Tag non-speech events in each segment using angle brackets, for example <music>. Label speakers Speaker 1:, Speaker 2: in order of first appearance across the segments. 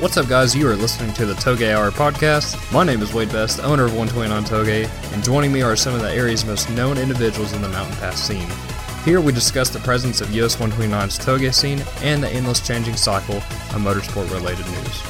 Speaker 1: What's up, guys? You are listening to the Toge Hour podcast. My name is Wade Best, owner of 129 Toge, and joining me are some of the area's most known individuals in the Mountain Pass scene. Here we discuss the presence of US 129's Toge scene and the endless changing cycle of motorsport related news.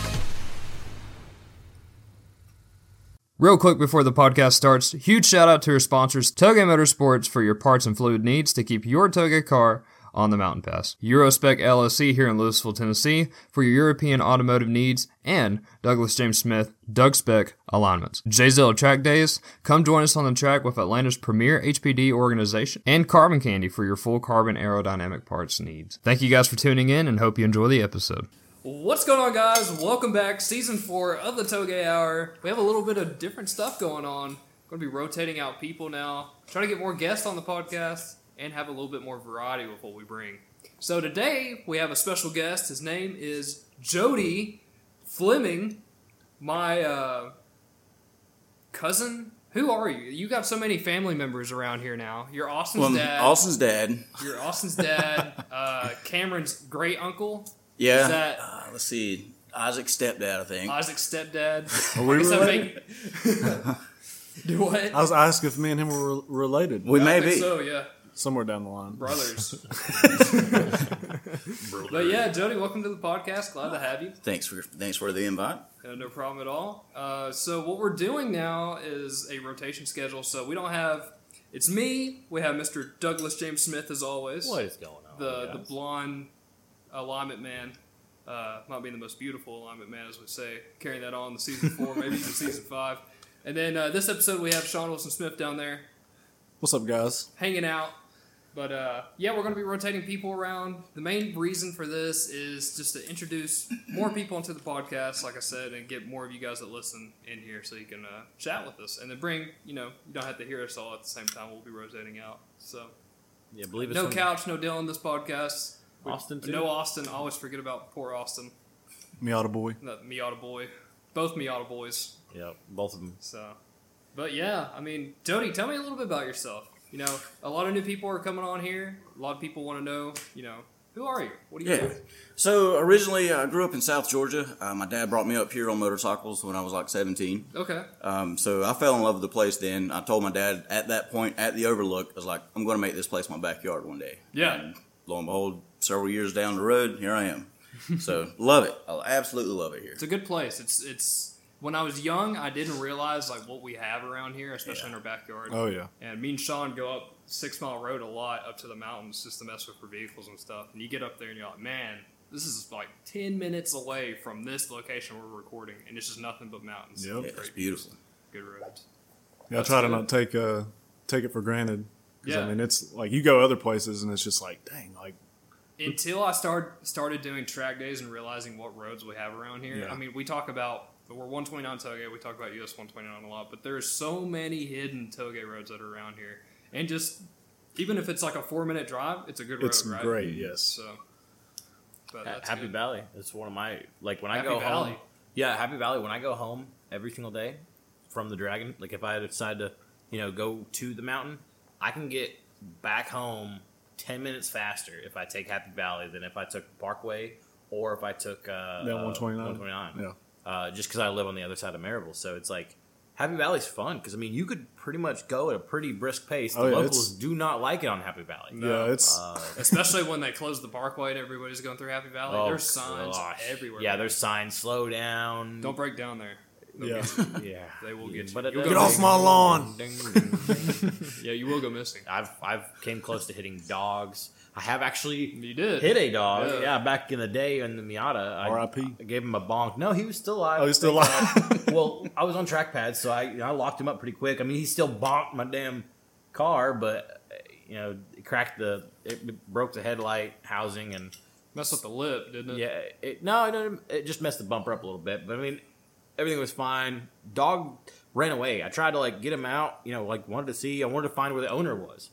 Speaker 1: Real quick before the podcast starts, huge shout out to our sponsors, Toge Motorsports, for your parts and fluid needs to keep your Toge car on the Mountain Pass. Eurospec LLC here in Louisville, Tennessee, for your European automotive needs, and Douglas James Smith, Doug Spec Alignments. JZL Track Days, come join us on the track with Atlanta's premier HPD organization, and Carbon Candy for your full carbon aerodynamic parts needs. Thank you guys for tuning in and hope you enjoy the episode.
Speaker 2: What's going on, guys? Welcome back, season four of the Toge Hour. We have a little bit of different stuff going on. We're going to be rotating out people now, trying to get more guests on the podcast, and have a little bit more variety with what we bring. So today we have a special guest. His name is Jody Fleming, my uh, cousin. Who are you? You got so many family members around here now. You're Austin's
Speaker 3: Well,
Speaker 2: dad.
Speaker 3: Austin's dad.
Speaker 2: You're Austin's dad. uh, Cameron's great uncle.
Speaker 3: Yeah.
Speaker 2: Is that-
Speaker 3: uh, let's see. Isaac's stepdad, I think.
Speaker 2: Isaac's stepdad.
Speaker 4: Are we
Speaker 2: I guess I
Speaker 4: related?
Speaker 2: make- Do what?
Speaker 4: I was asking if me and him were re- related
Speaker 3: we may
Speaker 2: I think
Speaker 3: be.
Speaker 2: So yeah,
Speaker 4: somewhere down the line.
Speaker 5: <laughs>
Speaker 2: brothers. but yeah, Jody, welcome to the podcast. Glad to have you.
Speaker 3: Thanks for thanks for the invite.
Speaker 2: Uh, no problem at all. Uh, so what we're doing now is a rotation schedule. So we don't have. It's me. We have Mr. Douglas James Smith as always.
Speaker 5: What is going on?
Speaker 2: the the
Speaker 5: guys?
Speaker 2: blonde alignment man, uh, not being the most beautiful alignment man, as we say, carrying that on to season four, maybe even season five. And then uh, this episode we have Sean Wilson Smith down there
Speaker 4: What's up, guys?
Speaker 2: hanging out. But uh, yeah, we're going to be rotating people around. The main reason for this is just to introduce more people into the podcast, like I said, and get more of you guys that listen in here so you can uh, chat with us. And then bring, you know, you don't have to hear us all at the same time. We'll be rotating out. So
Speaker 5: yeah, believe it's
Speaker 2: no
Speaker 5: from
Speaker 2: couch, no Dylan this podcast.
Speaker 5: Austin too.
Speaker 2: No Austin. I always forget about poor Austin.
Speaker 4: Miata boy.
Speaker 2: That Miata boy. Both Miata boys.
Speaker 5: Yep, both of them.
Speaker 2: So, but yeah, I mean, Jody, tell me a little bit about yourself. You know, a lot of new people are coming on here. A lot of people want to know, you know, who are you? What do you
Speaker 3: Yeah.
Speaker 2: do?
Speaker 3: So originally, I grew up in South Georgia. Uh, my dad brought me up here on motorcycles when I was like 17.
Speaker 2: Okay.
Speaker 3: Um, so I fell in love with the place. Then I told my dad at that point at the Overlook, I was like, I'm going to make this place my backyard one day.
Speaker 2: Yeah.
Speaker 3: And lo and behold, several years down the road, here I am. so <laughs> love it. I absolutely love it here.
Speaker 2: It's a good place. It's it's when I was young, I didn't realize like what we have around here, especially in our backyard.
Speaker 4: Oh yeah.
Speaker 2: And me and Sean go up Six Mile Road a lot up to the mountains just to mess with our vehicles and stuff. And you get up there and you're like, man, this is like 10 minutes away from this location we're recording. And it's just nothing but mountains.
Speaker 4: Yep.
Speaker 3: Yeah, it's beautiful.
Speaker 2: Good roads.
Speaker 4: Yeah, I try to not take uh take it for granted. 'Cause,
Speaker 2: Yeah.
Speaker 4: I mean, it's like you go other places and it's just like, dang, like
Speaker 2: Until I start, started doing track days and realizing what roads we have around here.
Speaker 4: Yeah.
Speaker 2: I mean, we talk about, we're 129 Toge, we talk about US 129 a lot, but there's so many hidden Toge roads that are around here. And just, even if it's like a four minute drive, it's a good
Speaker 4: it's
Speaker 2: road, right?
Speaker 4: great. Yes.
Speaker 2: So, but
Speaker 5: Ha-
Speaker 2: that's
Speaker 5: Happy
Speaker 2: good.
Speaker 5: Valley. It's one of my like when
Speaker 2: Happy
Speaker 5: I go
Speaker 2: Valley.
Speaker 5: home. Yeah, Happy Valley. When I go home every single day from the Dragon, like if I decide to, you know, go to the mountain, I can get back home ten minutes faster if I take Happy Valley than if I took Parkway or if I took uh,
Speaker 4: That
Speaker 5: uh,
Speaker 4: 129?
Speaker 5: 129.
Speaker 4: Yeah.
Speaker 5: uh, just because I live on the other side of Maryville. So it's like Happy Valley's fun because I mean you could pretty much go at a pretty brisk pace. The
Speaker 4: Oh, yeah,
Speaker 5: locals
Speaker 4: it's-
Speaker 5: do not like it on Happy Valley.
Speaker 2: No.
Speaker 4: Yeah, it's
Speaker 5: Uh,
Speaker 2: Especially when they close the parkway and everybody's going through Happy Valley.
Speaker 5: oh,
Speaker 2: there's signs
Speaker 5: gosh.
Speaker 2: everywhere.
Speaker 5: Yeah, there's signs. Slow down.
Speaker 2: Don't break down there. They'll
Speaker 4: <laughs> yeah.
Speaker 2: get you. <laughs>
Speaker 5: Yeah,
Speaker 2: They will get you.
Speaker 5: But it
Speaker 2: You'll
Speaker 5: does-
Speaker 2: Get off
Speaker 4: my lawn.
Speaker 2: <laughs>
Speaker 5: Ding, ding, ding.
Speaker 2: yeah, you will go missing.
Speaker 5: I've I've came close to hitting dogs. I have actually
Speaker 2: You did.
Speaker 5: hit a dog.
Speaker 2: Yeah.
Speaker 5: Yeah, back in the day in the Miata. I,
Speaker 4: R.I.P..
Speaker 5: I gave him a bonk. No, he was still alive.
Speaker 4: Oh, he's still
Speaker 5: Thank
Speaker 4: alive. <laughs>
Speaker 5: God. well, I was on track pads, so I you know, I locked him up pretty quick. I mean, he still bonked my damn car, but uh, you know, it cracked the it broke the headlight housing and
Speaker 2: Mess with the lip, didn't it?
Speaker 5: yeah, it, no, no, it just messed the bumper up a little bit. But I mean, everything was fine. Dog ran away. I tried to like get him out. You know, like wanted to see. I wanted to find where the owner was,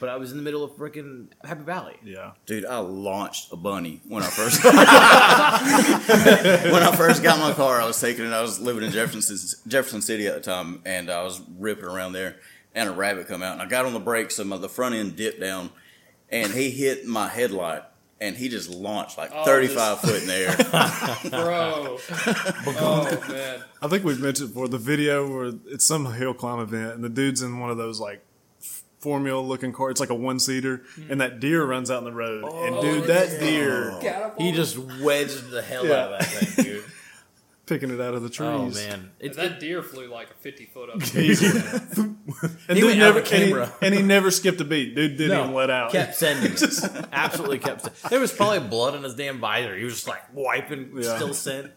Speaker 5: but I was in the middle of freaking Happy Valley.
Speaker 4: <laughs> yeah.
Speaker 3: Dude, I launched a bunny when I first <laughs> when I first got my car. I was taking it. I was living in Jefferson Jefferson City at the time, and I was ripping around there, and a rabbit come out, and I got on the brakes, and my, the front end dipped down, and he hit my headlight, and he just launched like
Speaker 2: Oh,
Speaker 3: 35 foot in
Speaker 4: <laughs>
Speaker 3: the air.
Speaker 5: <laughs>
Speaker 2: bro. oh man,
Speaker 4: I think we've mentioned before the video where it's some hill climb event, and the dude's in one of those like formula looking car. It's like a one seater, and that deer runs out in the road,
Speaker 5: Oh,
Speaker 4: and dude, that deer
Speaker 5: He just wedged the hell
Speaker 4: Yeah.
Speaker 5: out of that thing, dude.
Speaker 4: picking it out of the trees.
Speaker 5: <laughs> oh man,
Speaker 2: If
Speaker 5: it's
Speaker 2: that deer flew like a fifty foot
Speaker 5: <laughs>
Speaker 2: up.
Speaker 4: And
Speaker 5: He
Speaker 4: dude
Speaker 5: went out
Speaker 4: never
Speaker 5: of
Speaker 4: and he-
Speaker 5: camera.
Speaker 4: and he, never skipped a beat. Dude didn't even let out.
Speaker 5: Kept sending, it. <laughs> absolutely kept. Sending. There was probably blood on his damn visor. He was just like wiping,
Speaker 4: Yeah.
Speaker 5: still <laughs> sent.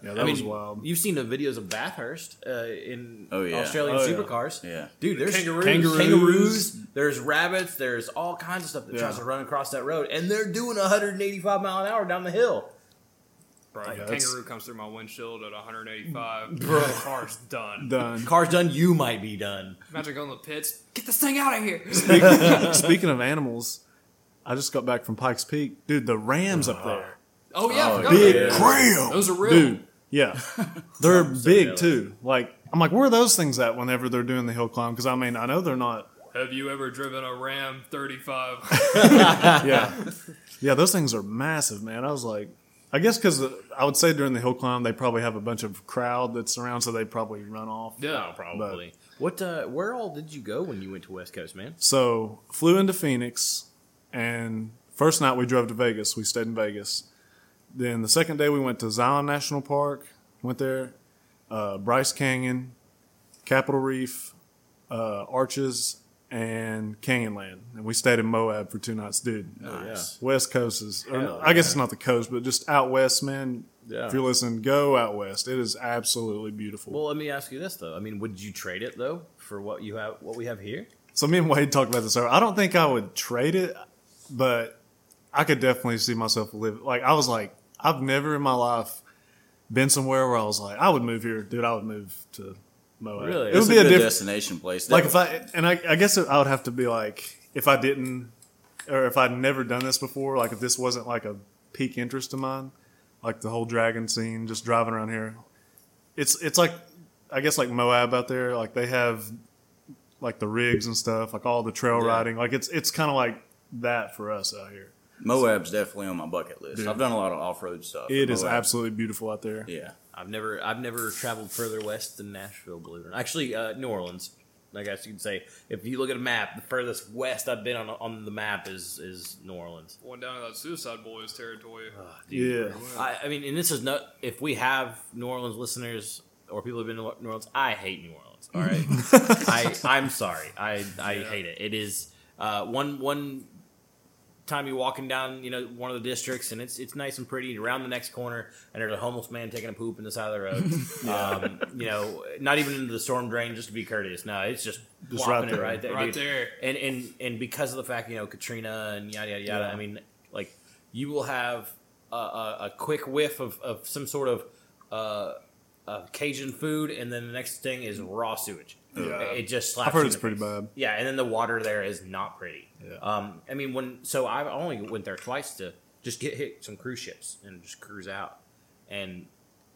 Speaker 4: Yeah, that
Speaker 5: I mean,
Speaker 4: was wild.
Speaker 5: You've seen the videos of Bathurst uh, in
Speaker 3: Oh, yeah.
Speaker 5: Australian
Speaker 4: Oh, yeah.
Speaker 5: supercars.
Speaker 3: Yeah.
Speaker 5: dude, there's
Speaker 2: Kangaroos.
Speaker 5: kangaroos,
Speaker 4: Kangaroos.
Speaker 5: there's rabbits, there's all kinds of stuff that
Speaker 4: Yeah.
Speaker 5: tries to run across that road, and they're doing 185 mile an hour down the hill.
Speaker 2: Bro,
Speaker 4: Yeah,
Speaker 2: if a
Speaker 4: that's-
Speaker 2: kangaroo comes through my windshield at
Speaker 5: <laughs>
Speaker 2: 185. Bro, the car's done.
Speaker 4: Done.
Speaker 5: Car's done, you might be done.
Speaker 2: Imagine going to the pits. Get this thing out of here.
Speaker 5: <laughs>
Speaker 4: Speaking of animals, I just got back from Pikes Peak. Dude, the rams up there.
Speaker 2: Oh yeah, I forgot
Speaker 4: Big
Speaker 2: about that.
Speaker 4: ram.
Speaker 2: Those are real.
Speaker 4: Dude,
Speaker 5: <laughs>
Speaker 4: yeah. They're big
Speaker 5: jealous.
Speaker 4: too. Like I'm like, where are those things at whenever they're doing the hill climb? Because I mean, I know they're not.
Speaker 2: Have you ever driven a Ram
Speaker 5: <laughs>
Speaker 2: 35?
Speaker 4: Yeah, yeah. Those things are massive, man. I was like, I guess because I would say during the hill climb they probably have a bunch of crowd that's around, so they probably run off.
Speaker 2: yeah,
Speaker 5: Probably. What? Uh, where all did you go when you went to West Coast, man?
Speaker 4: So flew into Phoenix, and first night we drove to Vegas. We stayed in Vegas. Then the second day we went to Zion National Park. Went there, uh, Bryce Canyon, Capitol Reef, uh, Arches, and Canyonland, and we stayed in Moab for two nights, dude.
Speaker 5: Nice.
Speaker 4: West Coast is, or
Speaker 5: Hell
Speaker 4: I guess it's not the coast, but just out west, man.
Speaker 5: Yeah.
Speaker 4: If you're listening, go out west. It is absolutely beautiful.
Speaker 5: Well, let me ask you this though. I mean, would you trade it though for what you have, what we have here?
Speaker 4: So me and Wade talked about this. earlier. I don't think I would trade it, but I could definitely see myself live. Like I was like, I've never in my life been somewhere where I was like, I would move here, dude. I would move to Moab.
Speaker 5: Really?
Speaker 4: It would
Speaker 5: It's
Speaker 4: be a,
Speaker 3: good
Speaker 4: different.
Speaker 3: destination place.
Speaker 4: Like if I and I, I guess I would have to be like if I didn't or if I'd never done this before. Like if this wasn't like a peak interest of mine, like the whole dragon scene, just driving around here. It's it's like I guess like Moab out there. Like they have like the rigs and stuff, like all the trail
Speaker 5: Yeah.
Speaker 4: riding. Like it's it's kind of like that for us out here.
Speaker 3: Moab's definitely on my bucket list.
Speaker 4: Dude.
Speaker 3: I've done a lot of off road stuff.
Speaker 4: It
Speaker 3: in
Speaker 4: is
Speaker 3: Moab.
Speaker 4: absolutely beautiful out there.
Speaker 3: Yeah.
Speaker 5: I've never I've never traveled further west than Nashville, believe it or not. Actually, uh, New Orleans. I guess you could say if you look at a map, the furthest west I've been on on the map is is New Orleans.
Speaker 2: One down in that Suicide Boys territory.
Speaker 4: Yeah.
Speaker 5: I, I mean, and this is not if we have New Orleans listeners or people who've been to New Orleans. I hate New Orleans. All right, I I'm sorry. I I hate it. It is uh, one one time you're walking down you know one of the districts and it's it's nice and pretty and around the next corner and there's a homeless man taking a poop in the side of the road um, you know not even into the storm drain just to be courteous no it's just,
Speaker 4: Just
Speaker 5: plopping
Speaker 4: right
Speaker 5: it right there
Speaker 2: Right
Speaker 5: dude.
Speaker 2: there.
Speaker 5: and and and because of the fact you know katrina and yada yada yada
Speaker 4: Yeah.
Speaker 5: i mean like you will have a, a, a quick whiff of, of some sort of uh, uh, cajun food and then the next thing is raw sewage
Speaker 4: Yeah.
Speaker 5: it just slaps
Speaker 4: I've
Speaker 5: you in
Speaker 4: heard it's
Speaker 5: the
Speaker 4: pretty
Speaker 5: face.
Speaker 4: bad.
Speaker 5: Yeah, and then the water there is not pretty.
Speaker 4: Yeah.
Speaker 5: Um, I mean, when so I only went there twice to just get hit some cruise ships and just cruise out, and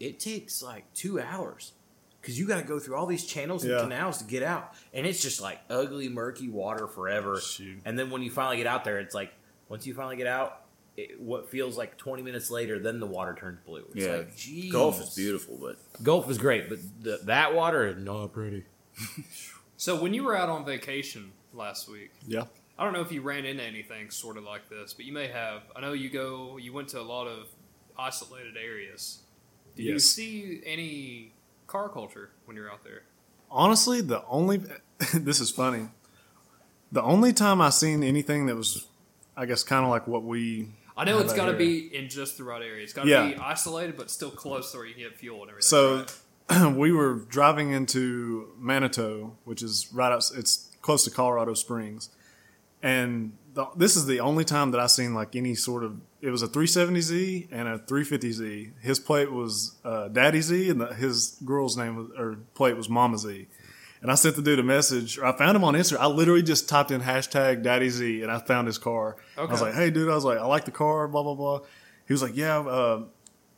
Speaker 5: it takes like two hours because you got to go through all these channels and
Speaker 4: Yeah.
Speaker 5: canals to get out, and it's just like ugly, murky water forever.
Speaker 4: Shoot.
Speaker 5: And then when you finally get out there, it's like once you finally get out, it, what feels like twenty minutes later, then the water turns blue. It's
Speaker 3: Yeah.
Speaker 5: like, geez.
Speaker 3: Golf is beautiful, but
Speaker 5: Gulf is great, but the, that water is not pretty.
Speaker 2: So when you were out on vacation last week,
Speaker 4: Yeah.
Speaker 2: I don't know if you ran into anything sort of like this, but you may have. I know you go. You went to a lot of isolated areas. Did you
Speaker 4: Yes.
Speaker 2: see any car culture when you're out there?
Speaker 4: Honestly, the only <laughs> this is funny. The only time I seen anything that was, I guess, kind of like what we.
Speaker 2: I know
Speaker 4: How
Speaker 2: it's
Speaker 4: about
Speaker 2: got to
Speaker 4: here?
Speaker 2: be in just the right area. It's got to
Speaker 4: Yeah.
Speaker 2: be isolated, but still close to where you can get fuel and everything.
Speaker 4: So
Speaker 2: right?
Speaker 4: <clears throat> we were driving into Manitou, which is right out. It's close to Colorado Springs, and the, this is the only time that I seen like any sort of. It was a 370Z and a 350Z. His plate was uh, Daddy Z, and the, his girl's name was, or plate was Mama Z. And I sent the dude a message, or I found him on Instagram. I literally just typed in hashtag Daddy Z, and I found his car. I was
Speaker 2: Okay.
Speaker 4: like, "Hey, dude," I was like, "I like the car," blah blah blah. He was like, "Yeah, uh,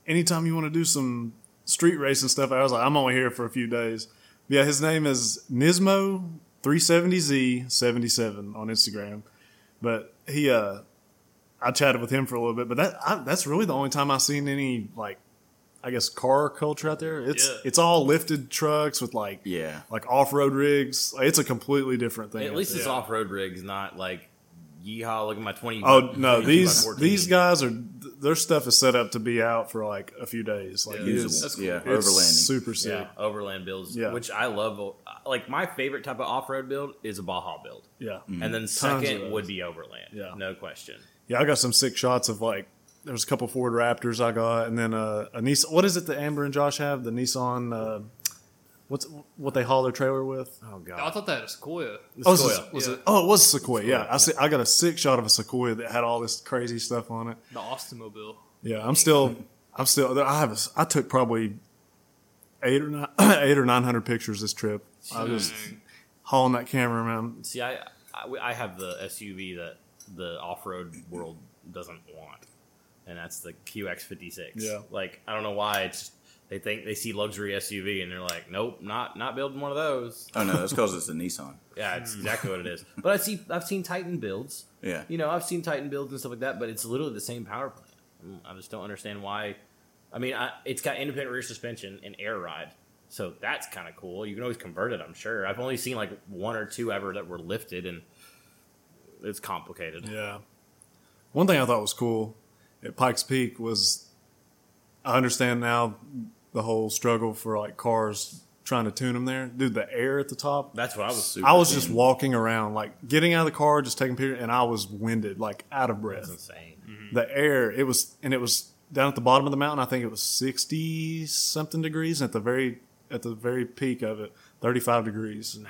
Speaker 4: anytime you want to do some street racing stuff, I was like, I'm only here for a few days. But yeah, his name is Nismo 370Z77 on Instagram. But he uh I chatted with him for a little bit, but that I, that's really the only time I've seen any like, I guess car culture out there. It's
Speaker 5: Yeah.
Speaker 4: it's all lifted trucks with like
Speaker 3: Yeah.
Speaker 4: like off road rigs. It's a completely different thing.
Speaker 5: At least it's
Speaker 4: Yeah.
Speaker 5: off road rigs, not like yeehaw. Look at my twenty. <laughs>
Speaker 4: Oh no,
Speaker 5: 22 by
Speaker 4: these
Speaker 5: 14.
Speaker 4: these guys are their stuff is set up to be out for like a few days. Like
Speaker 2: Yeah.
Speaker 4: it is-
Speaker 3: Usable.
Speaker 2: That's cool.
Speaker 3: Yeah.
Speaker 4: it's
Speaker 3: Overlanding.
Speaker 4: super sick.
Speaker 5: yeah, overland builds,
Speaker 4: Yeah.
Speaker 5: which I love. Like my favorite type of off road build is a Baja build,
Speaker 4: Yeah,
Speaker 5: and then
Speaker 4: Mm-hmm. of
Speaker 5: second
Speaker 4: those.
Speaker 5: would be overland.
Speaker 4: Yeah.
Speaker 5: no question.
Speaker 4: yeah. I got some sick shots of like there was a couple Ford Raptors I got, and then uh, a Nissan. What is it that Amber and Josh have? The Nissan. Uh, what's what they haul their trailer with?
Speaker 5: Oh
Speaker 2: I
Speaker 5: god,
Speaker 2: thought that was Sequoia.
Speaker 4: Oh, was
Speaker 5: Sequoia.
Speaker 4: it, was
Speaker 2: Yeah.
Speaker 4: it- oh, it was a Sequoia. Yeah, I see. I got a sick shot of a Sequoia that had all this crazy stuff on it.
Speaker 2: The Austin Mobile.
Speaker 4: Yeah, I'm
Speaker 5: <laughs>
Speaker 4: still, I'm still. I have, a, I took probably eight or nine, <clears throat> eight or nine hundred pictures this trip. I was
Speaker 2: Dang.
Speaker 4: hauling that camera around.
Speaker 5: see, I, I I have the SUV that the off road world doesn't want, and that's the QX56.
Speaker 4: Yeah.
Speaker 5: like I don't know why it's. Just, they think they see luxury SUV and they're like, nope, not not building one of those.
Speaker 3: Oh no, that's because it's a Nissan.
Speaker 5: Yeah, it's
Speaker 4: Hmm.
Speaker 5: exactly what
Speaker 4: <laughs>
Speaker 5: it is. But I see, I've seen Titan builds.
Speaker 3: Yeah.
Speaker 5: You know, I've seen Titan builds and stuff like that. But it's literally the same power plant. Mm, I just don't understand why. I mean, I, it's got independent rear suspension and air ride, so that's kind of cool. You can always convert it. I'm sure. I've only seen like one or two ever that were lifted, and it's complicated.
Speaker 4: Yeah. One thing I thought was cool at Pikes Peak was, I understand now the whole struggle for like cars trying to tune them there. Dude, the air at the top.
Speaker 5: That's what I was. Super
Speaker 4: I was just walking around, like getting out of the car, just taking pictures, and I was winded, like out of breath.
Speaker 5: That's insane.
Speaker 4: the air it was and it was down at the bottom of the mountain i think it was 60 something degrees and at the very at the very peak of it 35 degrees and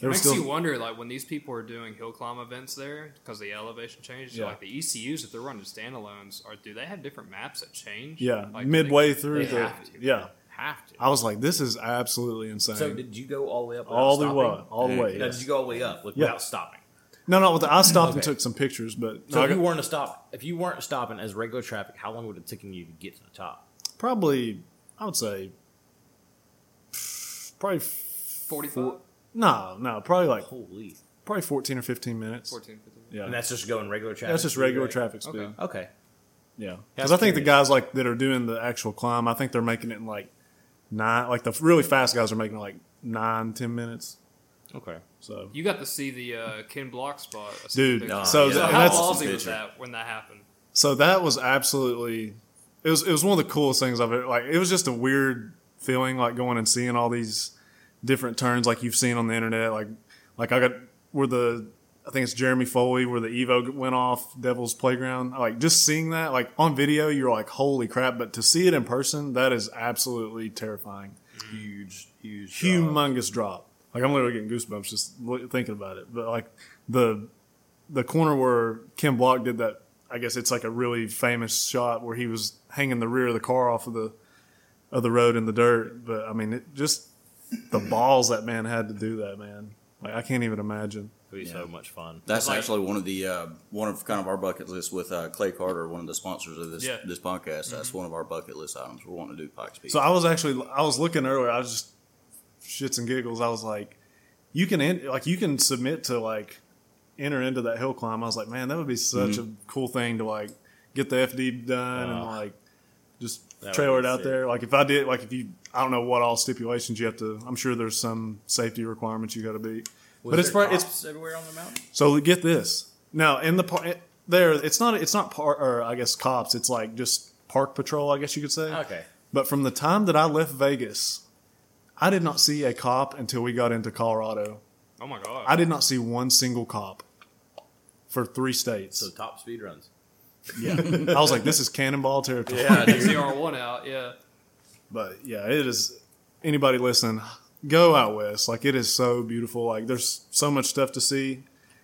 Speaker 4: there was
Speaker 2: Makes you
Speaker 4: still
Speaker 2: wonder, like when these people are doing hill climb events there because the elevation changes.
Speaker 4: Yeah.
Speaker 2: Like the E ECUs, if they're running standalones, are do they have different maps that change?
Speaker 4: yeah
Speaker 2: Like, do
Speaker 4: midway
Speaker 2: they-
Speaker 4: through
Speaker 5: they
Speaker 4: the
Speaker 5: have to.
Speaker 4: yeah
Speaker 5: Have to.
Speaker 4: i was like this is absolutely insane
Speaker 5: So did you go all the way up? without
Speaker 4: all the
Speaker 5: stopping?
Speaker 4: way all the
Speaker 3: Yeah.
Speaker 4: way
Speaker 5: No,
Speaker 4: yeah.
Speaker 5: did you go all the way up like,
Speaker 4: Yeah.
Speaker 5: without stopping?
Speaker 4: no no with the, i stopped and
Speaker 5: Okay.
Speaker 4: took some pictures but
Speaker 5: So
Speaker 4: I
Speaker 5: if
Speaker 4: got-
Speaker 5: you weren't to stop, if you weren't stopping as regular traffic, how long would it taken you to get to the top?
Speaker 4: probably i would say probably
Speaker 2: Forty-five.
Speaker 4: no no probably like
Speaker 5: Holy!
Speaker 4: probably 14 or 15 minutes
Speaker 2: 14, 15.
Speaker 4: yeah
Speaker 5: And that's just going regular traffic.
Speaker 4: that's just regular traffic speed
Speaker 2: Okay.
Speaker 5: Okay.
Speaker 4: Yeah,
Speaker 5: Yeah,
Speaker 4: because
Speaker 5: I
Speaker 4: I
Speaker 5: was
Speaker 4: think the
Speaker 5: curious.
Speaker 4: guys like that are doing the actual climb. I think they're making it in like nine. Like the really fast guys are making it like nine, ten minutes.
Speaker 5: Okay.
Speaker 4: So
Speaker 2: You got to see the uh, Ken Block spot, I see
Speaker 4: Dude,
Speaker 2: the
Speaker 4: nah,
Speaker 2: picture.
Speaker 4: so
Speaker 2: so
Speaker 4: th-
Speaker 2: how
Speaker 4: that's-
Speaker 2: ballsy was
Speaker 3: Picture.
Speaker 2: that when that happened?
Speaker 4: so that was absolutely. It was it was one of the coolest things I've ever. Like it was just a weird feeling, like going and seeing all these different turns, like you've seen on the internet. Like like I got where the I think it's Jeremy Foley where the Evo went off Devil's Playground. Like just seeing that, like on video, you're like, holy crap! But to see it in person, that is absolutely terrifying.
Speaker 3: Huge, huge.
Speaker 4: humongous drop. Like I'm literally getting goosebumps just li- thinking about it. But like the the corner where Kim Block did that, I guess it's like a really famous shot where he was hanging the rear of the car off of the of the road in the dirt. But I mean, it just the balls that man had to do that, man. Like I can't even imagine.
Speaker 5: It would be so much fun.
Speaker 3: That's
Speaker 2: Like-
Speaker 3: actually one of the uh, one of kind of our bucket list with uh, Clay Carter, one of the sponsors of this
Speaker 2: Yeah.
Speaker 3: this podcast. That's one of our bucket list items we're wanting to do. Pikes Peak.
Speaker 4: Mm-hmm. So I was actually I was looking earlier. I was just shits and giggles. I was like, you can en- like you can submit to like enter into that hill climb. I was like, man, that would be such
Speaker 5: Mm-hmm.
Speaker 4: a cool thing to like get the FD done and
Speaker 5: Oh.
Speaker 4: like just
Speaker 5: That would
Speaker 4: trailer it
Speaker 5: be
Speaker 4: out
Speaker 5: sick.
Speaker 4: there. Like if I did, like if you, I don't know what all stipulations you have to. I'm sure there's some safety requirements you got to beat. but it's probably, it's
Speaker 5: everywhere on the mountain.
Speaker 4: so get this. Now in the par- there, it's not it's not par- or I guess cops. It's like just park patrol. I guess you could say.
Speaker 5: Okay.
Speaker 4: But from the time that I left Vegas, I did not see a cop until we got into Colorado.
Speaker 2: Oh my god!
Speaker 4: I did not see one single cop for three states.
Speaker 5: So top speed runs.
Speaker 4: yeah. I was like, this is cannonball territory.
Speaker 2: ZR one out. Yeah,
Speaker 4: But yeah, it is. Anybody listening, go out west. Like, it is so beautiful. Like, there's so much stuff to see.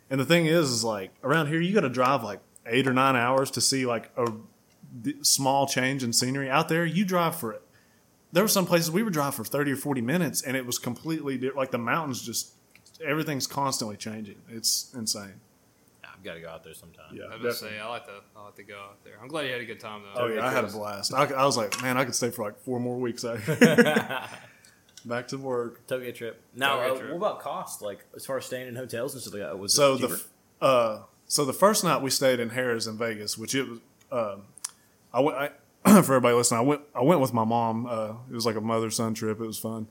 Speaker 4: And the thing is, is like, around here, you got to drive like eight or nine hours to see like a d- small change in scenery. Out there, you drive for it. There were some places we would drive for 30 or 40 minutes, and it was completely di- like the mountains just everything's constantly changing. It's insane.
Speaker 5: I've got to go out there sometime.
Speaker 4: Yeah.
Speaker 2: I was gonna say I like to. I like to go out there. I'm glad you had a good time though.
Speaker 4: Oh yeah, I had a
Speaker 2: Because
Speaker 4: blast. I, I was like, man, I could stay for like four more weeks out here. Back to work.
Speaker 5: Toge trip. Now,
Speaker 2: Toge
Speaker 5: uh,
Speaker 2: trip.
Speaker 5: what about cost? Like as far as staying in hotels and stuff like that. Was
Speaker 4: So
Speaker 5: it
Speaker 4: the
Speaker 5: cheaper?
Speaker 4: f- uh, So the first night we stayed in Harris in Vegas, which it was, uh, I went I, <clears throat> for everybody listening. I went I went with my mom. Uh, it was like a mother son trip. It was fun.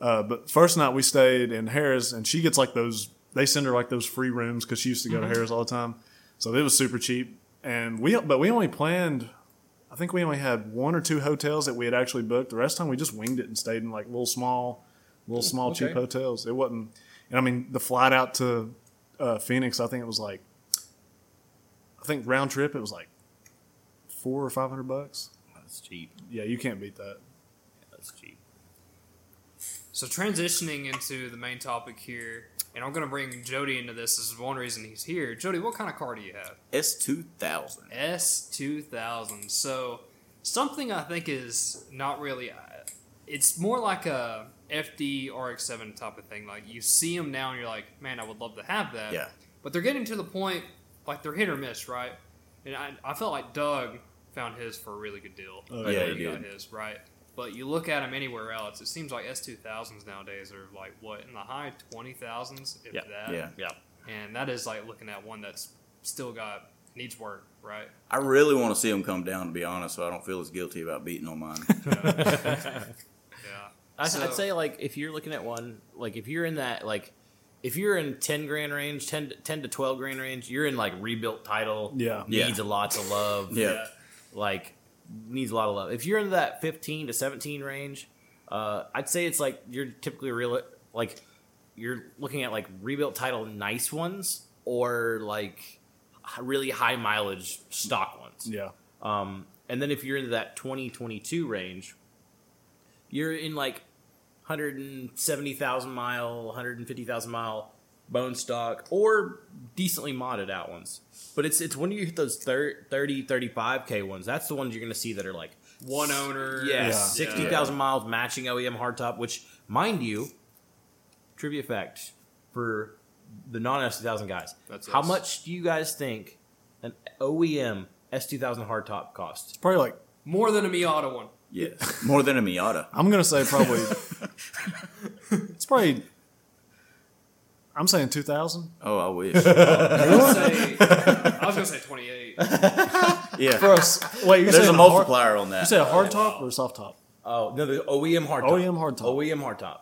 Speaker 4: Uh, but first night we stayed in Harris, and she gets like those. They send her like those free rooms because she used to go
Speaker 5: Mm-hmm.
Speaker 4: to Harris all the time. So it was super cheap, and we but we only planned. I think we only had one or two hotels that we had actually booked. The rest of the time we just winged it and stayed in like little small, little
Speaker 5: Hmm,
Speaker 4: small cheap
Speaker 2: okay.
Speaker 4: hotels. It wasn't, and I mean the flight out to uh, Phoenix. I think it was like, I think round trip it was like four or five hundred bucks.
Speaker 5: That's cheap.
Speaker 4: Yeah, you can't beat that.
Speaker 5: That's cheap.
Speaker 2: So transitioning into the main topic here, and I'm going to bring Jody into this. This is one reason he's here. Jody, what kind of car do you have?
Speaker 3: S two thousand.
Speaker 2: S2000. So something I think is not really. uh, It's more like a FD RX7 type of thing. Like you see them now, and you're like, man, I would love to have that.
Speaker 3: Yeah.
Speaker 2: But they're getting to the point like they're hit or miss, right? And I, I felt like Doug found his for a really good deal.
Speaker 4: Oh,
Speaker 2: Like,
Speaker 3: yeah,
Speaker 2: when
Speaker 3: he
Speaker 2: got his right. But you look at them anywhere else, it seems like S2000s nowadays are like what in the high 20,000s, if
Speaker 5: Yeah.
Speaker 2: that.
Speaker 3: Yeah.
Speaker 5: <laughs> Yeah.
Speaker 2: And that is like looking at one that's still got needs work, right?
Speaker 3: I really want to see them come down. To be honest, so I don't feel as guilty about beating on
Speaker 4: <laughs>
Speaker 3: mine.
Speaker 2: Yeah.
Speaker 5: I,
Speaker 2: So-
Speaker 5: I'd say like if you're looking at one, like if you're in that like if you're in ten grand range, 10, to- 10 to twelve grand range, you're in like rebuilt title.
Speaker 4: Yeah.
Speaker 3: Yeah.
Speaker 5: needs a lot of love.
Speaker 3: Yeah.
Speaker 5: like needs a lot of love. If you're in that fifteen to seventeen range, uh, I'd say it's like you're typically real like you're looking at like rebuilt title nice ones or like h- really high mileage stock ones.
Speaker 4: Yeah.
Speaker 5: Um, and then if you're into that 2022 range, you're in like 170,000 mile, 150,000 mile bone stock or decently modded out ones. But it's it's when you hit those thir- 30, 35K ones, that's the ones you're going to see that are like,
Speaker 2: One owner.
Speaker 5: yeah,
Speaker 4: Yeah.
Speaker 5: 60,000 miles matching OEM hardtop, which, mind you, trivia fact for the non S2000 guys.
Speaker 2: That's
Speaker 5: how
Speaker 2: us.
Speaker 5: much do you guys think an E OEM S2000 hardtop costs?
Speaker 4: It's probably like
Speaker 2: More than a Miata one.
Speaker 3: yes, more than a Miata.
Speaker 4: I'm gonna say
Speaker 3: <laughs>
Speaker 4: probably. it's probably. I'm saying 2,000
Speaker 3: Oh, <laughs> I
Speaker 4: <laughs>
Speaker 3: wish.
Speaker 2: I would say- I was going to say 28.
Speaker 4: for
Speaker 3: Yeah,
Speaker 4: us. Wait, you're
Speaker 3: there's
Speaker 4: saying
Speaker 3: a
Speaker 4: a hard-
Speaker 3: multiplier on
Speaker 4: you
Speaker 3: that.
Speaker 4: say a hard top or a soft top?
Speaker 5: Oh no, the OEM hardtop.
Speaker 4: OEM E hardtop.
Speaker 5: OEM hardtop.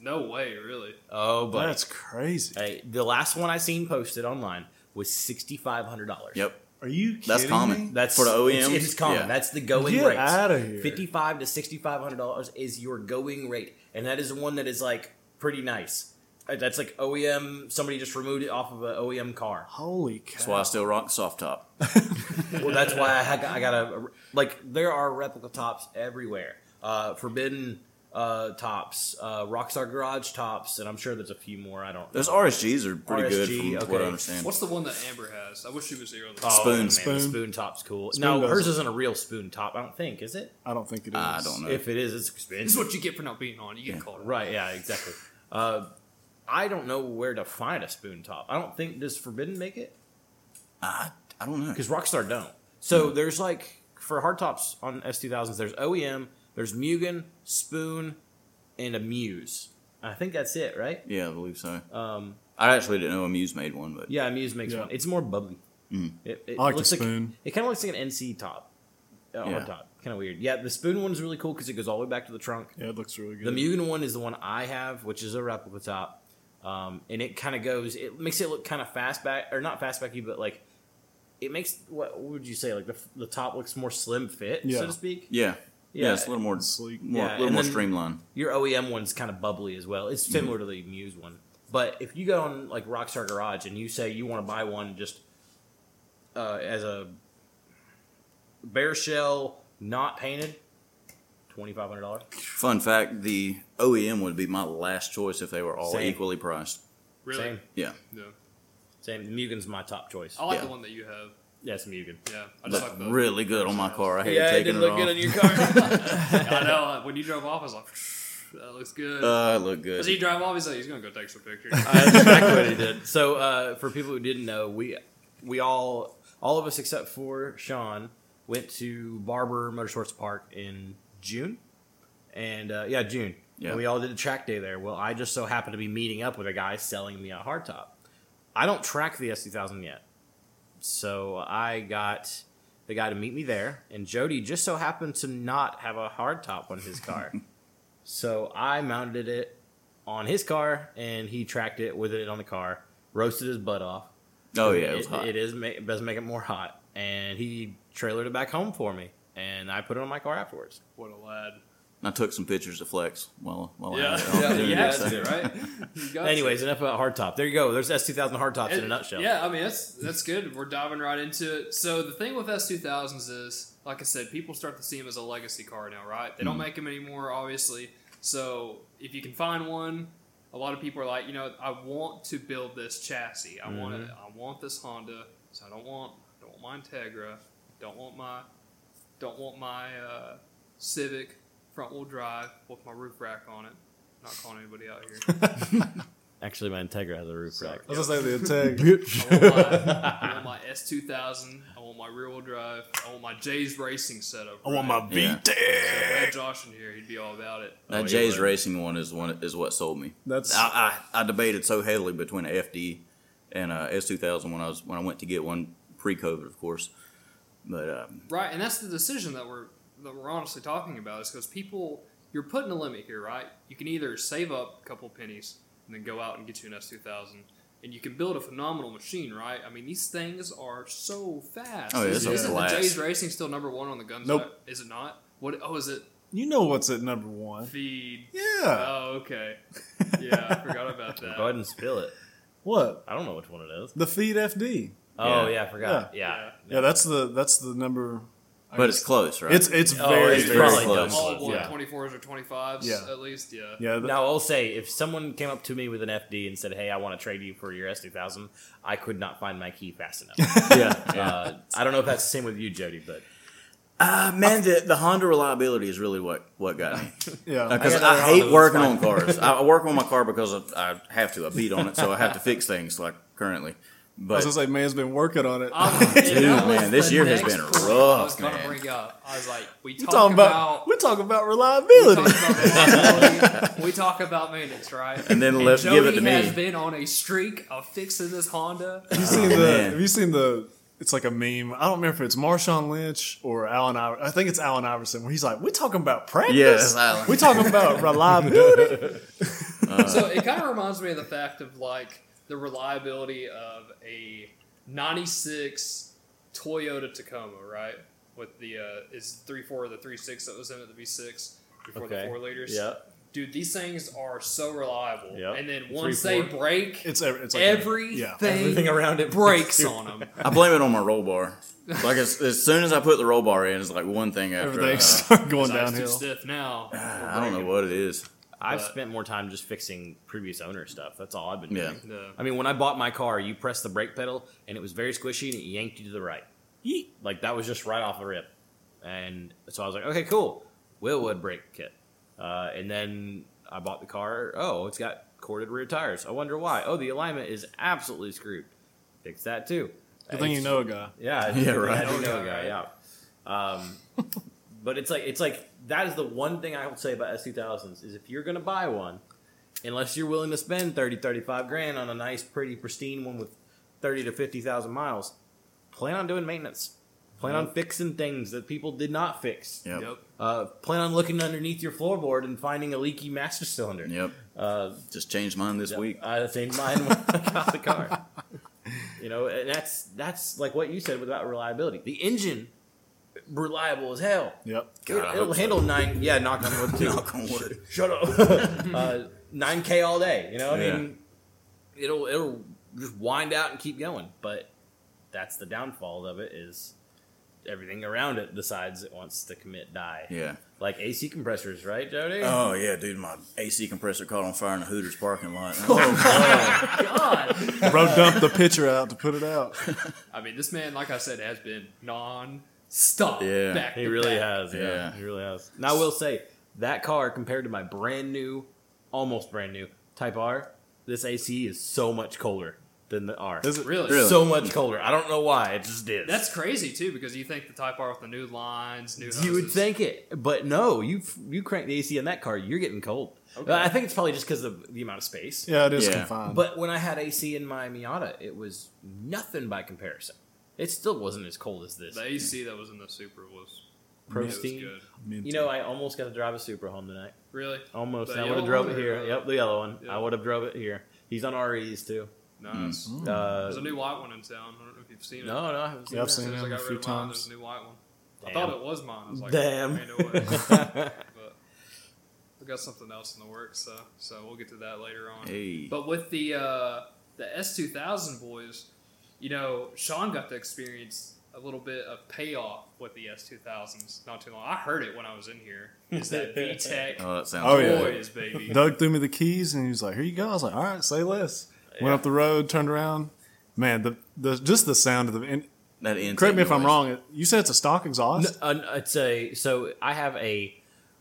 Speaker 2: No way, really.
Speaker 5: Oh, but
Speaker 4: That's crazy.
Speaker 5: hey, the last one I seen posted online was sixty five hundred dollars.
Speaker 3: Yep,
Speaker 4: Are you? Kidding
Speaker 3: that's common.
Speaker 4: Me?
Speaker 5: That's
Speaker 3: for the OEM.
Speaker 5: It's, it's common.
Speaker 3: Yeah.
Speaker 5: That's the going
Speaker 4: Get
Speaker 5: rate.
Speaker 4: outta here.
Speaker 5: Fifty five to sixty five hundred dollars is your going rate, and that is the one that is like pretty nice. Uh, That's like OEM. Somebody just removed it off of an OEM car.
Speaker 4: Holy cow!
Speaker 3: That's why I still rock soft top.
Speaker 5: Well, that's why I, had, I got a like. There are replica tops everywhere. Uh, forbidden uh, tops, uh, Rockstar Garage tops, and I'm sure there's a few more. I don't.
Speaker 3: Those RSGs are pretty good,
Speaker 5: RSG,
Speaker 3: from
Speaker 5: okay.
Speaker 3: what I understand.
Speaker 2: What's the one that Amber has? I wish she was here on the
Speaker 5: Oh,
Speaker 3: Spoon.
Speaker 5: man, the
Speaker 4: Spoon.
Speaker 5: spoon top's cool.
Speaker 4: Spoon
Speaker 5: no,
Speaker 4: does
Speaker 5: hers
Speaker 4: it.
Speaker 5: isn't a real spoon top. I don't think is it.
Speaker 4: I don't think it is.
Speaker 3: I don't know.
Speaker 5: If it is,
Speaker 2: This
Speaker 5: it's
Speaker 2: is
Speaker 5: expensive.
Speaker 2: what you get for not being on. You get called.
Speaker 5: Right? Yeah, exactly. Uh, I don't know where to find a spoon top. I don't think does Forbidden make it
Speaker 3: I, I don't know.
Speaker 5: because Rockstar don't. So
Speaker 4: Hmm.
Speaker 5: there's like for hard tops on S two thousands. There's OEM. There's Mugen, Spoon, and a Muse. I think that's it, right?
Speaker 3: Yeah, I believe so.
Speaker 5: Um,
Speaker 3: I actually didn't know Amuse made one, but
Speaker 5: yeah, a Muse makes
Speaker 4: Yeah.
Speaker 5: one. It's more bubbly.
Speaker 2: Hmm.
Speaker 5: It, it
Speaker 4: I like the
Speaker 5: looks
Speaker 4: spoon.
Speaker 5: It kind of looks like an NC top. Uh,
Speaker 3: Yeah.
Speaker 5: hard top. Kind of weird. Yeah, the spoon one is really cool because it goes all the way back to the trunk.
Speaker 4: Yeah, it looks really good.
Speaker 5: The Mugen one is the one I have, which is a replica top, um, and it kind of goes. It makes it look kind of fastback, or not fastbacky, but like it makes what would you say? Like the the top looks more slim fit,
Speaker 4: Yeah.
Speaker 5: so to speak.
Speaker 3: yeah, yeah,
Speaker 5: Yeah,
Speaker 3: it's a little more
Speaker 4: sleek.
Speaker 3: more, a
Speaker 5: Yeah,
Speaker 3: little
Speaker 5: and
Speaker 3: more
Speaker 5: then-
Speaker 3: streamlined.
Speaker 5: Your OEM one's kind of bubbly as well. It's similar to the Muse one, but if you go on like Rockstar Garage and you say you want to buy one just uh, as a bare shell, not painted, twenty five hundred dollars.
Speaker 3: Fun fact: the OEM would be my last choice if they were all
Speaker 5: Same.
Speaker 3: equally priced.
Speaker 2: Really?
Speaker 5: Same,
Speaker 3: Yeah,
Speaker 2: Yeah.
Speaker 5: same. Mugen's my top choice.
Speaker 2: I like
Speaker 3: Yeah.
Speaker 2: the one that you have.
Speaker 5: That's Mugen.
Speaker 2: Yeah. I
Speaker 3: but
Speaker 2: just like the.
Speaker 3: really good on my car. I hate taking it, off.
Speaker 5: your car.
Speaker 3: <laughs>
Speaker 2: I know. uh, When you drove off, I was like, that looks good.
Speaker 3: uh, it looked
Speaker 2: Does he
Speaker 3: good.
Speaker 2: drive off? He's like, he's going to go take
Speaker 3: <laughs>
Speaker 2: some pictures.
Speaker 5: <laughs> That's exactly what he did. So, uh, for people who didn't know, we we all all of us except for Sean went to Barber Motorsports Park in June, and uh, yeah, June.
Speaker 3: Yeah.
Speaker 5: And we all did a track day there. Well, I just so happened to be meeting up with a guy selling me a hardtop. I don't track the S2000 yet. So I got the guy to meet me there, and Jody just so happened to not have a hard top on his car. so I mounted it on his car, and he tracked it with it on the car, roasted his butt off.
Speaker 3: Oh yeah, it was hot.
Speaker 5: it is ma- it does make it more hot, and he trailered it back home for me, and I put it on my car afterwards.
Speaker 2: What a lad.
Speaker 3: I took some pictures of Flex while while I
Speaker 2: Yeah,
Speaker 3: had it on.
Speaker 2: yeah,
Speaker 3: <laughs> Didn't
Speaker 2: you
Speaker 3: do
Speaker 2: had
Speaker 3: so.
Speaker 2: to, <laughs> right? You got
Speaker 5: Anyways, enough about hard top. There you go. There's S two thousand hard tops in a
Speaker 2: It-
Speaker 5: nutshell.
Speaker 2: Yeah, I mean that's that's good. We're diving right into it. So the thing with S two thousands is, like I said, people start to see them as a legacy car now, right? They
Speaker 5: Mm-hmm.
Speaker 2: don't make them anymore, obviously. So if you can find one, a lot of people are like, you know, I want to build this chassis. I want it.
Speaker 5: Mm-hmm.
Speaker 2: I want this Honda. So I don't want don't want my Integra. Don't want my don't want my uh, Civic front wheel drive with my roof rack on it. Not calling anybody out here.
Speaker 5: Actually, my Integra has a roof rack.
Speaker 4: I was gonna say the
Speaker 3: <laughs>
Speaker 4: tag.
Speaker 2: I want
Speaker 4: <laughs>
Speaker 2: my- I want my S two thousand. I want my rear wheel drive. I want my Jay's racing setup.
Speaker 4: I want my
Speaker 3: Yeah.
Speaker 4: VT.
Speaker 2: If I had Josh in here, he'd be all about it.
Speaker 3: That
Speaker 5: Oh, yeah,
Speaker 3: Jay's
Speaker 5: right.
Speaker 3: racing one is one is what sold me.
Speaker 4: That's
Speaker 3: I, I, I debated so heavily between a FD and a S2000 when I was when I went to get one pre-COVID, of course. But um,
Speaker 2: Right, and that's the decision that we're that we're honestly talking about is because people you're putting a limit here, right? You can either save up a couple pennies and then go out and get you an S two thousand. And you can build a phenomenal machine, right? I mean, these things are so fast.
Speaker 3: Oh, yeah,
Speaker 2: Is-
Speaker 4: it's a
Speaker 2: Isn't the
Speaker 3: blast.
Speaker 2: Jay's Racing still number one on the guns?
Speaker 4: Nope.
Speaker 2: Is it not? What? Oh, is it
Speaker 4: you know what's at number one.
Speaker 2: the
Speaker 3: Uh,
Speaker 4: Yeah.
Speaker 2: Oh,
Speaker 4: <laughs>
Speaker 2: okay. Yeah, I forgot about
Speaker 5: Go ahead
Speaker 2: that.
Speaker 5: and spill it.
Speaker 4: What?
Speaker 5: I don't know which one it is.
Speaker 4: The feed FD.
Speaker 5: Oh
Speaker 3: Yeah.
Speaker 5: yeah, I forgot. Yeah,
Speaker 2: Yeah.
Speaker 4: Yeah, that's the that's the number. I
Speaker 3: but
Speaker 4: guess-
Speaker 3: it's close, right?
Speaker 4: it's <laughs> it's
Speaker 5: Oh,
Speaker 4: very,
Speaker 5: it's
Speaker 4: very
Speaker 3: probably
Speaker 4: close.
Speaker 3: double.
Speaker 2: All
Speaker 5: Yeah.
Speaker 2: 124s or 25s,
Speaker 4: Yeah.
Speaker 2: at least, yeah.
Speaker 4: Yeah, th-
Speaker 5: Now I'll say, if someone came up to me with an FD and said, "Hey, I want to trade you for your S two thousand, I could not find my key fast enough.
Speaker 3: yeah.
Speaker 5: uh, I don't know if that's the same with you, Jody, but
Speaker 3: Uh, man, the, the Honda reliability is really what what got me
Speaker 4: yeah.
Speaker 3: because
Speaker 5: I got
Speaker 3: I,
Speaker 5: that Honda,
Speaker 3: hate
Speaker 5: it's
Speaker 3: working
Speaker 5: fine.
Speaker 3: on cars. I I work on my car because I, I have to. I beat on it, so I have to fix things like currently.
Speaker 4: I was
Speaker 3: But
Speaker 4: gonna say, man's been working on it. <laughs>
Speaker 2: Dude,
Speaker 3: man, this year has been
Speaker 2: I was
Speaker 3: rough,
Speaker 2: gonna
Speaker 3: man.
Speaker 2: bring up. I was like, we
Speaker 4: we
Speaker 2: talk
Speaker 4: talking about,
Speaker 2: about,
Speaker 4: we talking about
Speaker 2: we
Speaker 4: reliability.
Speaker 2: talk about reliability, we talk about maintenance, right?
Speaker 3: And
Speaker 2: <laughs>
Speaker 3: then let's give it to
Speaker 2: Jody has
Speaker 3: me. Uh.
Speaker 2: been on a streak of fixing this Honda.
Speaker 4: Have you seen the?
Speaker 3: man.
Speaker 4: Have you seen the? It's like a meme. I don't remember if it's Marshawn Lynch or Allen. Iver- I think it's Allen Iverson where he's like, "We're talking about practice.
Speaker 3: Yes, Allen.
Speaker 4: We're talking about reliability."
Speaker 2: so it kind of reminds me of the fact of like the reliability of a 96 Toyota Tacoma, right? With the uh, is three four of the three six that was in it, the V six before the
Speaker 5: Okay.
Speaker 2: four liters.
Speaker 5: yeah,
Speaker 2: Dude, these things are so reliable.
Speaker 5: Yep.
Speaker 2: And then
Speaker 5: Three,
Speaker 2: once they
Speaker 5: four.
Speaker 2: break,
Speaker 4: It's ev- it's like a-
Speaker 2: everything,
Speaker 4: yeah.
Speaker 5: everything around it
Speaker 2: breaks on <laughs> them.
Speaker 3: I blame it on my roll bar. Like as, as soon as I put the roll bar in, it's like one thing after.
Speaker 4: Everything's
Speaker 3: Uh,
Speaker 4: start <laughs> going
Speaker 2: It's too
Speaker 4: downhill.
Speaker 2: stiff now.
Speaker 3: I don't know what it is.
Speaker 5: I've
Speaker 2: But-
Speaker 5: spent more time just fixing previous owner stuff. That's all I've been
Speaker 3: Yeah.
Speaker 5: doing.
Speaker 2: No.
Speaker 5: I mean, when I bought my car, you pressed the brake pedal and it was very squishy and it yanked you to the right. Yeet. Like that was just right off the rip. And so I was like, okay, cool. Willwood brake kit. Uh, and then I bought the car. Oh, it's got corded rear tires. I wonder why. Oh, the alignment is absolutely screwed. Fix that too.
Speaker 4: Good thing you
Speaker 5: It's-
Speaker 4: know a guy.
Speaker 5: <laughs> yeah,
Speaker 3: Yeah,
Speaker 5: yeah,
Speaker 3: right.
Speaker 5: right. I do
Speaker 2: Yeah,
Speaker 5: know a guy. Yeah. Um, <laughs> but it's like it's like that is the one thing I will say about S two thousands is if you're gonna buy one, unless you're willing to spend 30, 35 grand on a nice, pretty, pristine one with thirty to fifty thousand miles, plan on doing maintenance. Plan on fixing things that people did not fix.
Speaker 3: Yep. Yep.
Speaker 2: Yep.
Speaker 5: Uh, plan on looking underneath your floorboard and finding a leaky master cylinder. Uh,
Speaker 3: Just changed mine this week.
Speaker 5: I changed mine <laughs> when I got the car. you know, and that's that's like what you said about reliability. The engine reliable as hell.
Speaker 4: Yep.
Speaker 3: God, I
Speaker 5: it, will
Speaker 3: hope so.
Speaker 5: handle nine. Yeah, knock on
Speaker 3: <laughs>
Speaker 5: wood. Too.
Speaker 3: <laughs> Knock on wood.
Speaker 5: Shut <laughs> up. Nine k all day. You know, I
Speaker 3: Yeah.
Speaker 5: mean, it'll it'll just wind out and keep going. But that's the downfall of it is everything around it decides it wants to commit die.
Speaker 3: Yeah.
Speaker 5: Like AC compressors, right, Jody?
Speaker 3: Oh yeah, dude, my AC compressor caught on fire in a Hooters parking lot. Oh,
Speaker 2: God.
Speaker 4: Bro dumped the picture out to put it out.
Speaker 2: I mean, this man, like I said, has been non-stop.
Speaker 3: Yeah.
Speaker 2: back
Speaker 5: He
Speaker 2: to
Speaker 5: really
Speaker 4: <laughs>
Speaker 2: back.
Speaker 5: has. Yeah,
Speaker 3: Yeah.
Speaker 5: he really has. Now I will say that car compared to my brand new, almost brand new Type R, this AC is so much colder than the R.
Speaker 4: Is it
Speaker 2: Really?
Speaker 3: Really?
Speaker 5: So much colder. I don't know why. It just is.
Speaker 2: That's crazy too, because you think the Type R with the new lines, new.
Speaker 5: you would
Speaker 2: hoses-
Speaker 5: think it, but no. You you crank the AC on that car, you're getting cold.
Speaker 2: Okay.
Speaker 5: I think it's probably just because of the amount of space.
Speaker 4: Yeah, it is
Speaker 3: Yeah.
Speaker 4: confined.
Speaker 5: But when I had AC in my Miata, it was nothing by comparison. It still wasn't as cold as this.
Speaker 2: The AC that was in the Super was it was
Speaker 5: Protein.
Speaker 2: good.
Speaker 5: You know, I almost got to drive a super home tonight.
Speaker 2: Really?
Speaker 5: Almost.
Speaker 2: The
Speaker 5: I would have
Speaker 2: yellow
Speaker 5: drove
Speaker 2: one
Speaker 5: it here.
Speaker 2: or-
Speaker 5: Yep, the yellow one.
Speaker 2: Yeah.
Speaker 5: I would have drove it here. He's on REs too.
Speaker 2: Nice.
Speaker 5: Uh,
Speaker 2: There's a new white one in town. I don't know if you've seen it.
Speaker 5: no, no, I haven't seen
Speaker 4: Yeah, I've
Speaker 5: that.
Speaker 2: As
Speaker 4: seen
Speaker 2: soon as
Speaker 4: it
Speaker 2: I
Speaker 4: a
Speaker 2: got
Speaker 4: few
Speaker 2: rid of mine, there's
Speaker 4: times.
Speaker 2: a new white one. I
Speaker 5: Damn.
Speaker 2: thought it was mine. I was like,
Speaker 5: Damn.
Speaker 2: ain't no way.
Speaker 5: <laughs>
Speaker 2: but we got something else in the works, so so we'll get to that later on.
Speaker 3: Hey.
Speaker 2: But with the uh, the S two thousand boys, you know, Sean got to experience a little bit of payoff with the S two thousands not too long. I heard it when I was in here. It's that VTech
Speaker 3: Oh, that sounds
Speaker 4: Oh, yeah.
Speaker 2: boys, baby.
Speaker 4: Doug threw me the keys and he was like, "Here you go." I was like, "All right, say less." Went up the road, turned around. Man, the, the just the sound of the. And
Speaker 3: That intake
Speaker 4: correct me if I'm
Speaker 3: noise.
Speaker 4: wrong. You said it's a stock
Speaker 5: No,
Speaker 4: exhaust.
Speaker 5: uh, it's a so I have a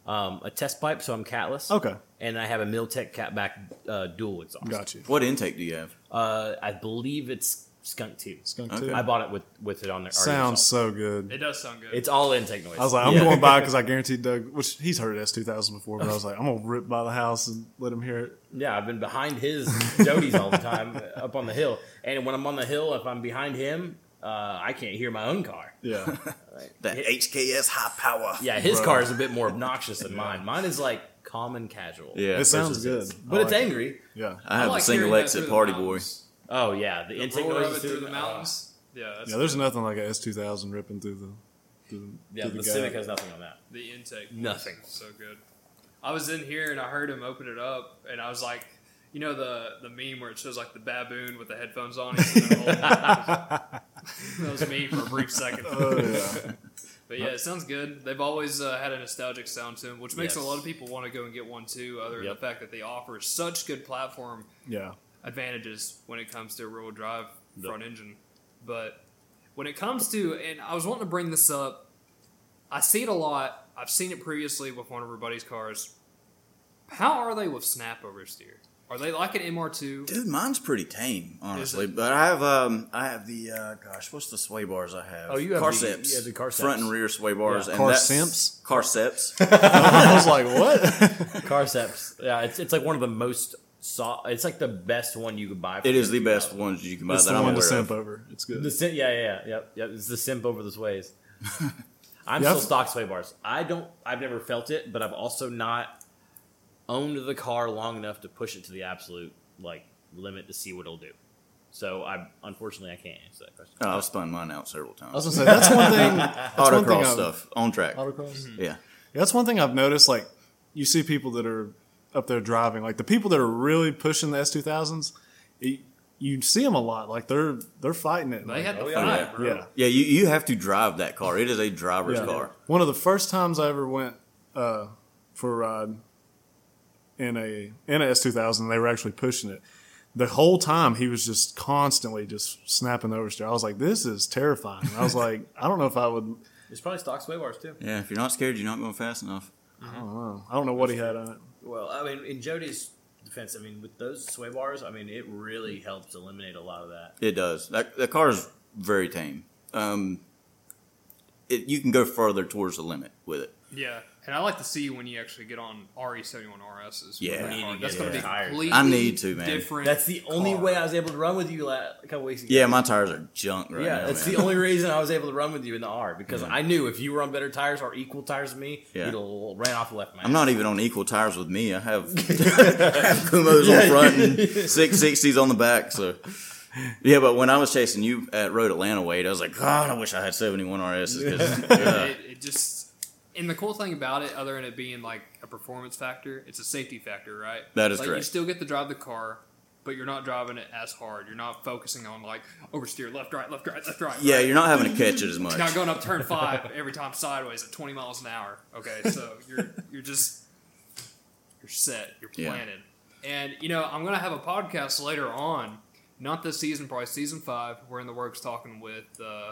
Speaker 5: um, a test pipe, so I'm catless.
Speaker 4: Okay,
Speaker 5: And I have a Miltech catback uh, dual exhaust.
Speaker 4: got you.
Speaker 3: What intake do you have?
Speaker 5: Uh, I believe it's Skunk Two.
Speaker 4: Skunk
Speaker 3: Okay.
Speaker 4: two.
Speaker 5: I bought it with with it on there.
Speaker 4: Sounds so good.
Speaker 2: it does sound good.
Speaker 5: It's all intake noise.
Speaker 4: I was like, I'm
Speaker 5: Yeah.
Speaker 4: going by because I guaranteed Doug, which he's heard S two thousand before, but I was like, I'm gonna rip by the house and let him hear it.
Speaker 5: <laughs> Yeah, I've been behind <laughs> his Jody's all the time up on the hill. And when I'm on the hill, if I'm behind him, uh, I can't hear my own car.
Speaker 4: Yeah,
Speaker 3: That HKS high power.
Speaker 5: Yeah, his
Speaker 4: Bro.
Speaker 5: car is a bit <laughs> more obnoxious than mine. Mine is like calm and casual.
Speaker 3: Yeah.
Speaker 4: it sounds good,
Speaker 5: versus But
Speaker 4: I
Speaker 5: it's
Speaker 4: like it.
Speaker 5: angry.
Speaker 4: Yeah,
Speaker 3: I have
Speaker 2: like
Speaker 3: the single
Speaker 2: hearing that
Speaker 3: exit
Speaker 2: through the
Speaker 3: party boy.
Speaker 2: mountains.
Speaker 5: Oh yeah, the,
Speaker 2: The
Speaker 5: intake
Speaker 2: roar of
Speaker 5: noise
Speaker 2: it through the
Speaker 5: uh,
Speaker 2: mountains. yeah, that's
Speaker 4: yeah. There's nothing like an S two thousand ripping through the through, the-
Speaker 5: yeah,
Speaker 4: through
Speaker 5: the
Speaker 4: the,
Speaker 5: Civic
Speaker 4: guy.
Speaker 5: has nothing on <laughs> that.
Speaker 2: the intake.
Speaker 5: Nothing.
Speaker 2: So good. I was in here and I heard him open it up, and I was like, you know the the meme where it shows like the baboon with the headphones on. He's in that
Speaker 5: <laughs>
Speaker 2: hole? that was me for a brief second.
Speaker 4: Oh yeah,
Speaker 2: <laughs> But yeah, it sounds good. They've always uh, had a nostalgic sound to them, which makes
Speaker 5: Yes.
Speaker 2: a lot of people want to go and get one too. Other than
Speaker 5: Yep.
Speaker 2: the fact that they offer such good platform
Speaker 4: yeah. <laughs>
Speaker 2: advantages when it comes to rear-wheel drive
Speaker 5: Yep.
Speaker 2: front engine. But when it comes to, and I was wanting to bring this up, I see it a lot. I've seen it previously with one of our buddies' cars. How are they with snap oversteer? Are they like an MR2?
Speaker 3: Dude, mine's pretty tame, honestly. But I have um, I have the uh, gosh, what's the sway bars I have?
Speaker 5: Oh, you have the-
Speaker 3: Carceps.
Speaker 5: yeah, the Carceps.
Speaker 3: front and rear sway bars,
Speaker 5: Yeah.
Speaker 3: and
Speaker 4: Carceps?
Speaker 3: that's
Speaker 4: <laughs>
Speaker 3: Carceps.
Speaker 4: I was like, what?
Speaker 5: Carceps. Yeah, it's it's like one of the most saw. It's like the best one you could buy. For
Speaker 3: it is the best ones you can buy
Speaker 4: That's
Speaker 3: that
Speaker 4: the
Speaker 3: I'm
Speaker 4: one
Speaker 3: aware
Speaker 4: to
Speaker 3: of.
Speaker 4: simp over. It's good.
Speaker 5: The sim- yeah, yeah, yeah, yep, yep. It's the simp over
Speaker 3: <laughs>
Speaker 5: the sways. I'm
Speaker 4: Yeah,
Speaker 5: still
Speaker 4: I've-
Speaker 5: stock sway bars. I don't. I've never felt it, but I've also not owned the car long enough to push it to the absolute like limit to see what it'll do. So I unfortunately I can't answer that question.
Speaker 3: Oh, I've spun mine out several
Speaker 4: I was
Speaker 3: times.
Speaker 4: gonna say that's
Speaker 3: <laughs>
Speaker 4: one thing. that's one thing
Speaker 3: Autocross
Speaker 4: I've-
Speaker 3: stuff on track.
Speaker 4: Autocross.
Speaker 5: Mm-hmm.
Speaker 3: Yeah,
Speaker 4: Yeah, that's one thing I've noticed. Like, you see people that are up there driving, like the people that are really pushing the S two thousands. You see them a lot. Like they're they're fighting it.
Speaker 2: They had the fight,
Speaker 5: Oh, yeah.
Speaker 3: Yeah.
Speaker 2: bro.
Speaker 4: yeah.
Speaker 3: yeah. You you have to drive that car. It is a driver's
Speaker 4: Yeah.
Speaker 3: car.
Speaker 4: One of the first times I ever went uh, for a ride in a in a S two thousand, they were actually pushing it. The whole time he was just constantly just snapping the oversteer. I was like, "This is terrifying." I
Speaker 2: <laughs>
Speaker 4: was like, "I don't know if I would.
Speaker 5: There's probably stock sway bars too.
Speaker 3: Yeah, if you're not scared, you're not going fast enough.
Speaker 4: I don't know. I don't know what he had on it."
Speaker 5: Well, I mean, in Jody's defense, I mean, with those sway bars, I mean, it really helps eliminate a lot of that.
Speaker 3: It does. That the car is very tame. Um, it you can go further towards the limit with it.
Speaker 2: Yeah. And I like to see when you actually get on E RE71 RSs.
Speaker 3: Yeah.
Speaker 2: That
Speaker 3: You need
Speaker 2: car.
Speaker 5: to
Speaker 2: That's
Speaker 5: get
Speaker 2: going to be
Speaker 5: tired.
Speaker 2: completely
Speaker 3: I need to, man.
Speaker 2: different.
Speaker 5: That's the only
Speaker 2: car.
Speaker 5: way I was able to run with you la a couple weeks ago.
Speaker 3: Yeah, my tires are junk right
Speaker 5: yeah,
Speaker 3: now.
Speaker 5: that's
Speaker 3: man.
Speaker 5: the <laughs> only reason I was able to run with you in the R because I knew if you were on better tires or equal tires than me,
Speaker 3: Yeah.
Speaker 5: you'd have ran off the left man.
Speaker 3: I'm not even on equal tires with me. I have, have Kumos on front and 660s on the back. So, yeah, but when I was chasing you at Road Atlanta Wade, I was like, God, I wish I had 71 RSs. 'cause, uh,
Speaker 2: it, it just and the cool thing about it other than it being like a performance factor it's a safety factor right
Speaker 3: That is
Speaker 2: like, you
Speaker 3: correct.
Speaker 2: still get to drive the car but you're not driving it as hard you're not focusing on like oversteer left right left right left right
Speaker 3: yeah,
Speaker 2: right.
Speaker 3: you're not having to catch it as much.
Speaker 2: You're not going up turn five every time sideways at 20 miles an hour okay so you're you're just you're set you're
Speaker 3: Yeah.
Speaker 2: planted and you know i'm gonna have a podcast later on not this season probably season five we're in the works talking with uh,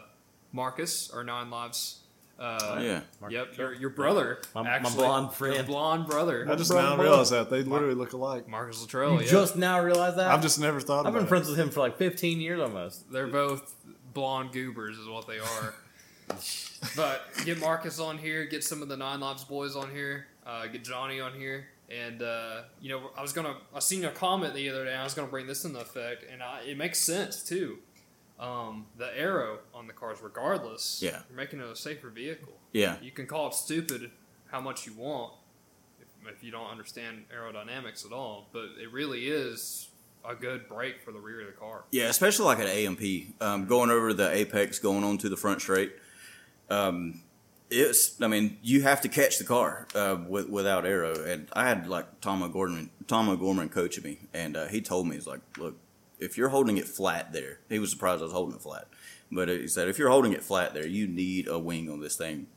Speaker 2: marcus our nine lives uh,
Speaker 3: Oh, yeah.
Speaker 2: Yep, your, your brother,
Speaker 5: My- my
Speaker 2: actually,
Speaker 5: blonde
Speaker 2: Your
Speaker 5: friend.
Speaker 2: blonde brother,
Speaker 4: I just now realized that they literally look alike.
Speaker 2: Marcus Latrell. Oh, Yeah.
Speaker 5: Just now realize that.
Speaker 4: I've just never thought.
Speaker 5: I've
Speaker 4: about
Speaker 5: been
Speaker 4: it.
Speaker 5: friends with him for like 15 years almost.
Speaker 2: They're both blonde goobers, is what they
Speaker 5: <laughs>
Speaker 2: are. but get Marcus on here, get some of the Nine Lives boys on here, uh, get Johnny on here, and uh, you know I was gonna I seen a comment the other day. and I was gonna bring this into effect, and I, it makes sense too. um, the arrow on the cars, regardless.
Speaker 3: Yeah.
Speaker 2: You're making it a safer vehicle.
Speaker 3: Yeah.
Speaker 2: You can call it stupid how much you want if, if you don't understand aerodynamics at all, but it really is a good brake for the rear of the car.
Speaker 3: Yeah, especially like at AMP, um, going over the apex, going on to the front straight. Um, it's, I mean, you have to catch the car uh, with, without arrow. And I had like Tom O'Gorman, Tom O'Gorman coaching me, and uh, he told me, he's like, look, if you're holding it flat there, he was surprised I was holding it flat. But uh, he said, if you're holding it flat there, you need a wing on this thing,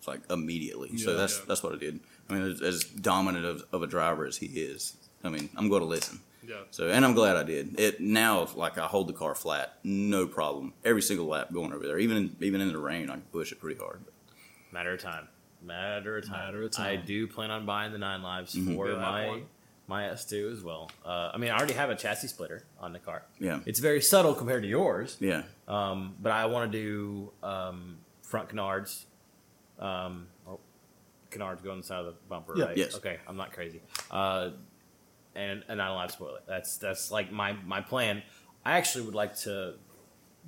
Speaker 3: it's like immediately. so
Speaker 2: Yeah.
Speaker 3: that's
Speaker 2: Yeah.
Speaker 3: that's what I did. I mean, as, as dominant of, of a driver as he is, I mean, I'm going to listen.
Speaker 2: Yeah.
Speaker 3: So, and I'm glad I did. It now, like I hold the car flat, no problem. Every single lap going over there, even even in the rain, I can push it pretty hard.
Speaker 5: Matter of time. Matter of time.
Speaker 4: Matter of time.
Speaker 5: I do plan on buying the nine lives for
Speaker 2: Yeah, I have
Speaker 5: my
Speaker 2: one.
Speaker 5: my S2 as well. Uh, I mean, I already have a chassis splitter on the car.
Speaker 3: Yeah.
Speaker 5: It's very subtle compared to yours,
Speaker 3: Yeah,
Speaker 5: um, but I want to do um, front canards. Um, oh, canards go on the side of the bumper,
Speaker 4: Yeah.
Speaker 5: right?
Speaker 3: Yes.
Speaker 5: Okay, I'm not crazy. Uh, and and I don't have spoiler. That's that's like my my plan. I actually would like to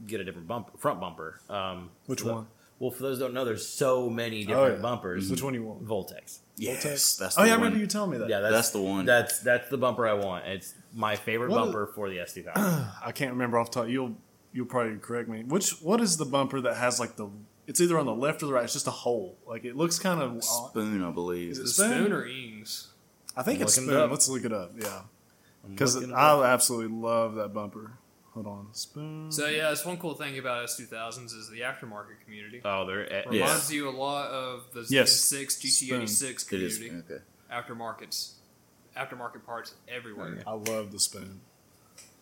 Speaker 5: get a different bump front bumper. Um,
Speaker 4: Which
Speaker 5: for the-
Speaker 4: one?
Speaker 5: well, for those who don't know, there's so many different
Speaker 4: Oh, yeah.
Speaker 5: bumpers.
Speaker 4: Which one you want?
Speaker 5: Voltex.
Speaker 3: yes, that's the
Speaker 4: oh yeah, I
Speaker 3: one.
Speaker 4: remember you telling me that.
Speaker 5: Yeah, that's,
Speaker 3: That's the one.
Speaker 5: That's that's the bumper I want. It's my favorite
Speaker 4: What is-
Speaker 5: bumper for
Speaker 4: <clears throat>
Speaker 5: the S2000.
Speaker 4: I can't remember off the top. You'll you'll probably correct me. Which what is the bumper that has like the? It's either on the left or the right. It's just a hole. Like it looks kind of. odd.
Speaker 3: Spoon, I believe.
Speaker 4: Is it
Speaker 2: The
Speaker 4: Spoon?
Speaker 2: Spoon or Ings?
Speaker 4: I think it's
Speaker 5: Looking it
Speaker 4: spoon.
Speaker 5: up.
Speaker 4: Let's look it up. Yeah, because
Speaker 5: looking it
Speaker 4: I absolutely love that bumper. Hold on, spoon.
Speaker 2: So yeah, that's one cool thing about S2000s is the aftermarket community.
Speaker 5: oh, they're
Speaker 3: Uh, Yeah.
Speaker 2: Reminds you a lot of the
Speaker 4: Yes.
Speaker 2: Z6 GT86
Speaker 3: It is.
Speaker 2: community.
Speaker 3: Okay.
Speaker 2: Aftermarkets, aftermarket parts everywhere.
Speaker 3: yeah.
Speaker 4: I love the spoon.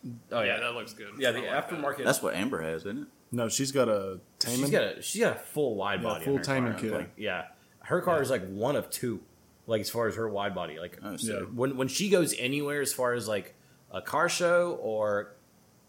Speaker 5: oh
Speaker 2: yeah,
Speaker 5: yeah,
Speaker 2: that looks good.
Speaker 5: yeah. The
Speaker 2: I like that.
Speaker 5: aftermarket.
Speaker 3: That's what Amber has, isn't it?
Speaker 4: No, she's got a Taman.
Speaker 5: She's got a she's got a full wide
Speaker 4: Yeah,
Speaker 5: body.
Speaker 4: full
Speaker 5: on her car.
Speaker 4: Taman
Speaker 5: I'm
Speaker 4: kit.
Speaker 5: like, yeah, her car is like one of two, like as far as her wide body. Like uh,
Speaker 3: Oh, so
Speaker 4: Yeah.
Speaker 5: when when she goes anywhere, as far as like a car show or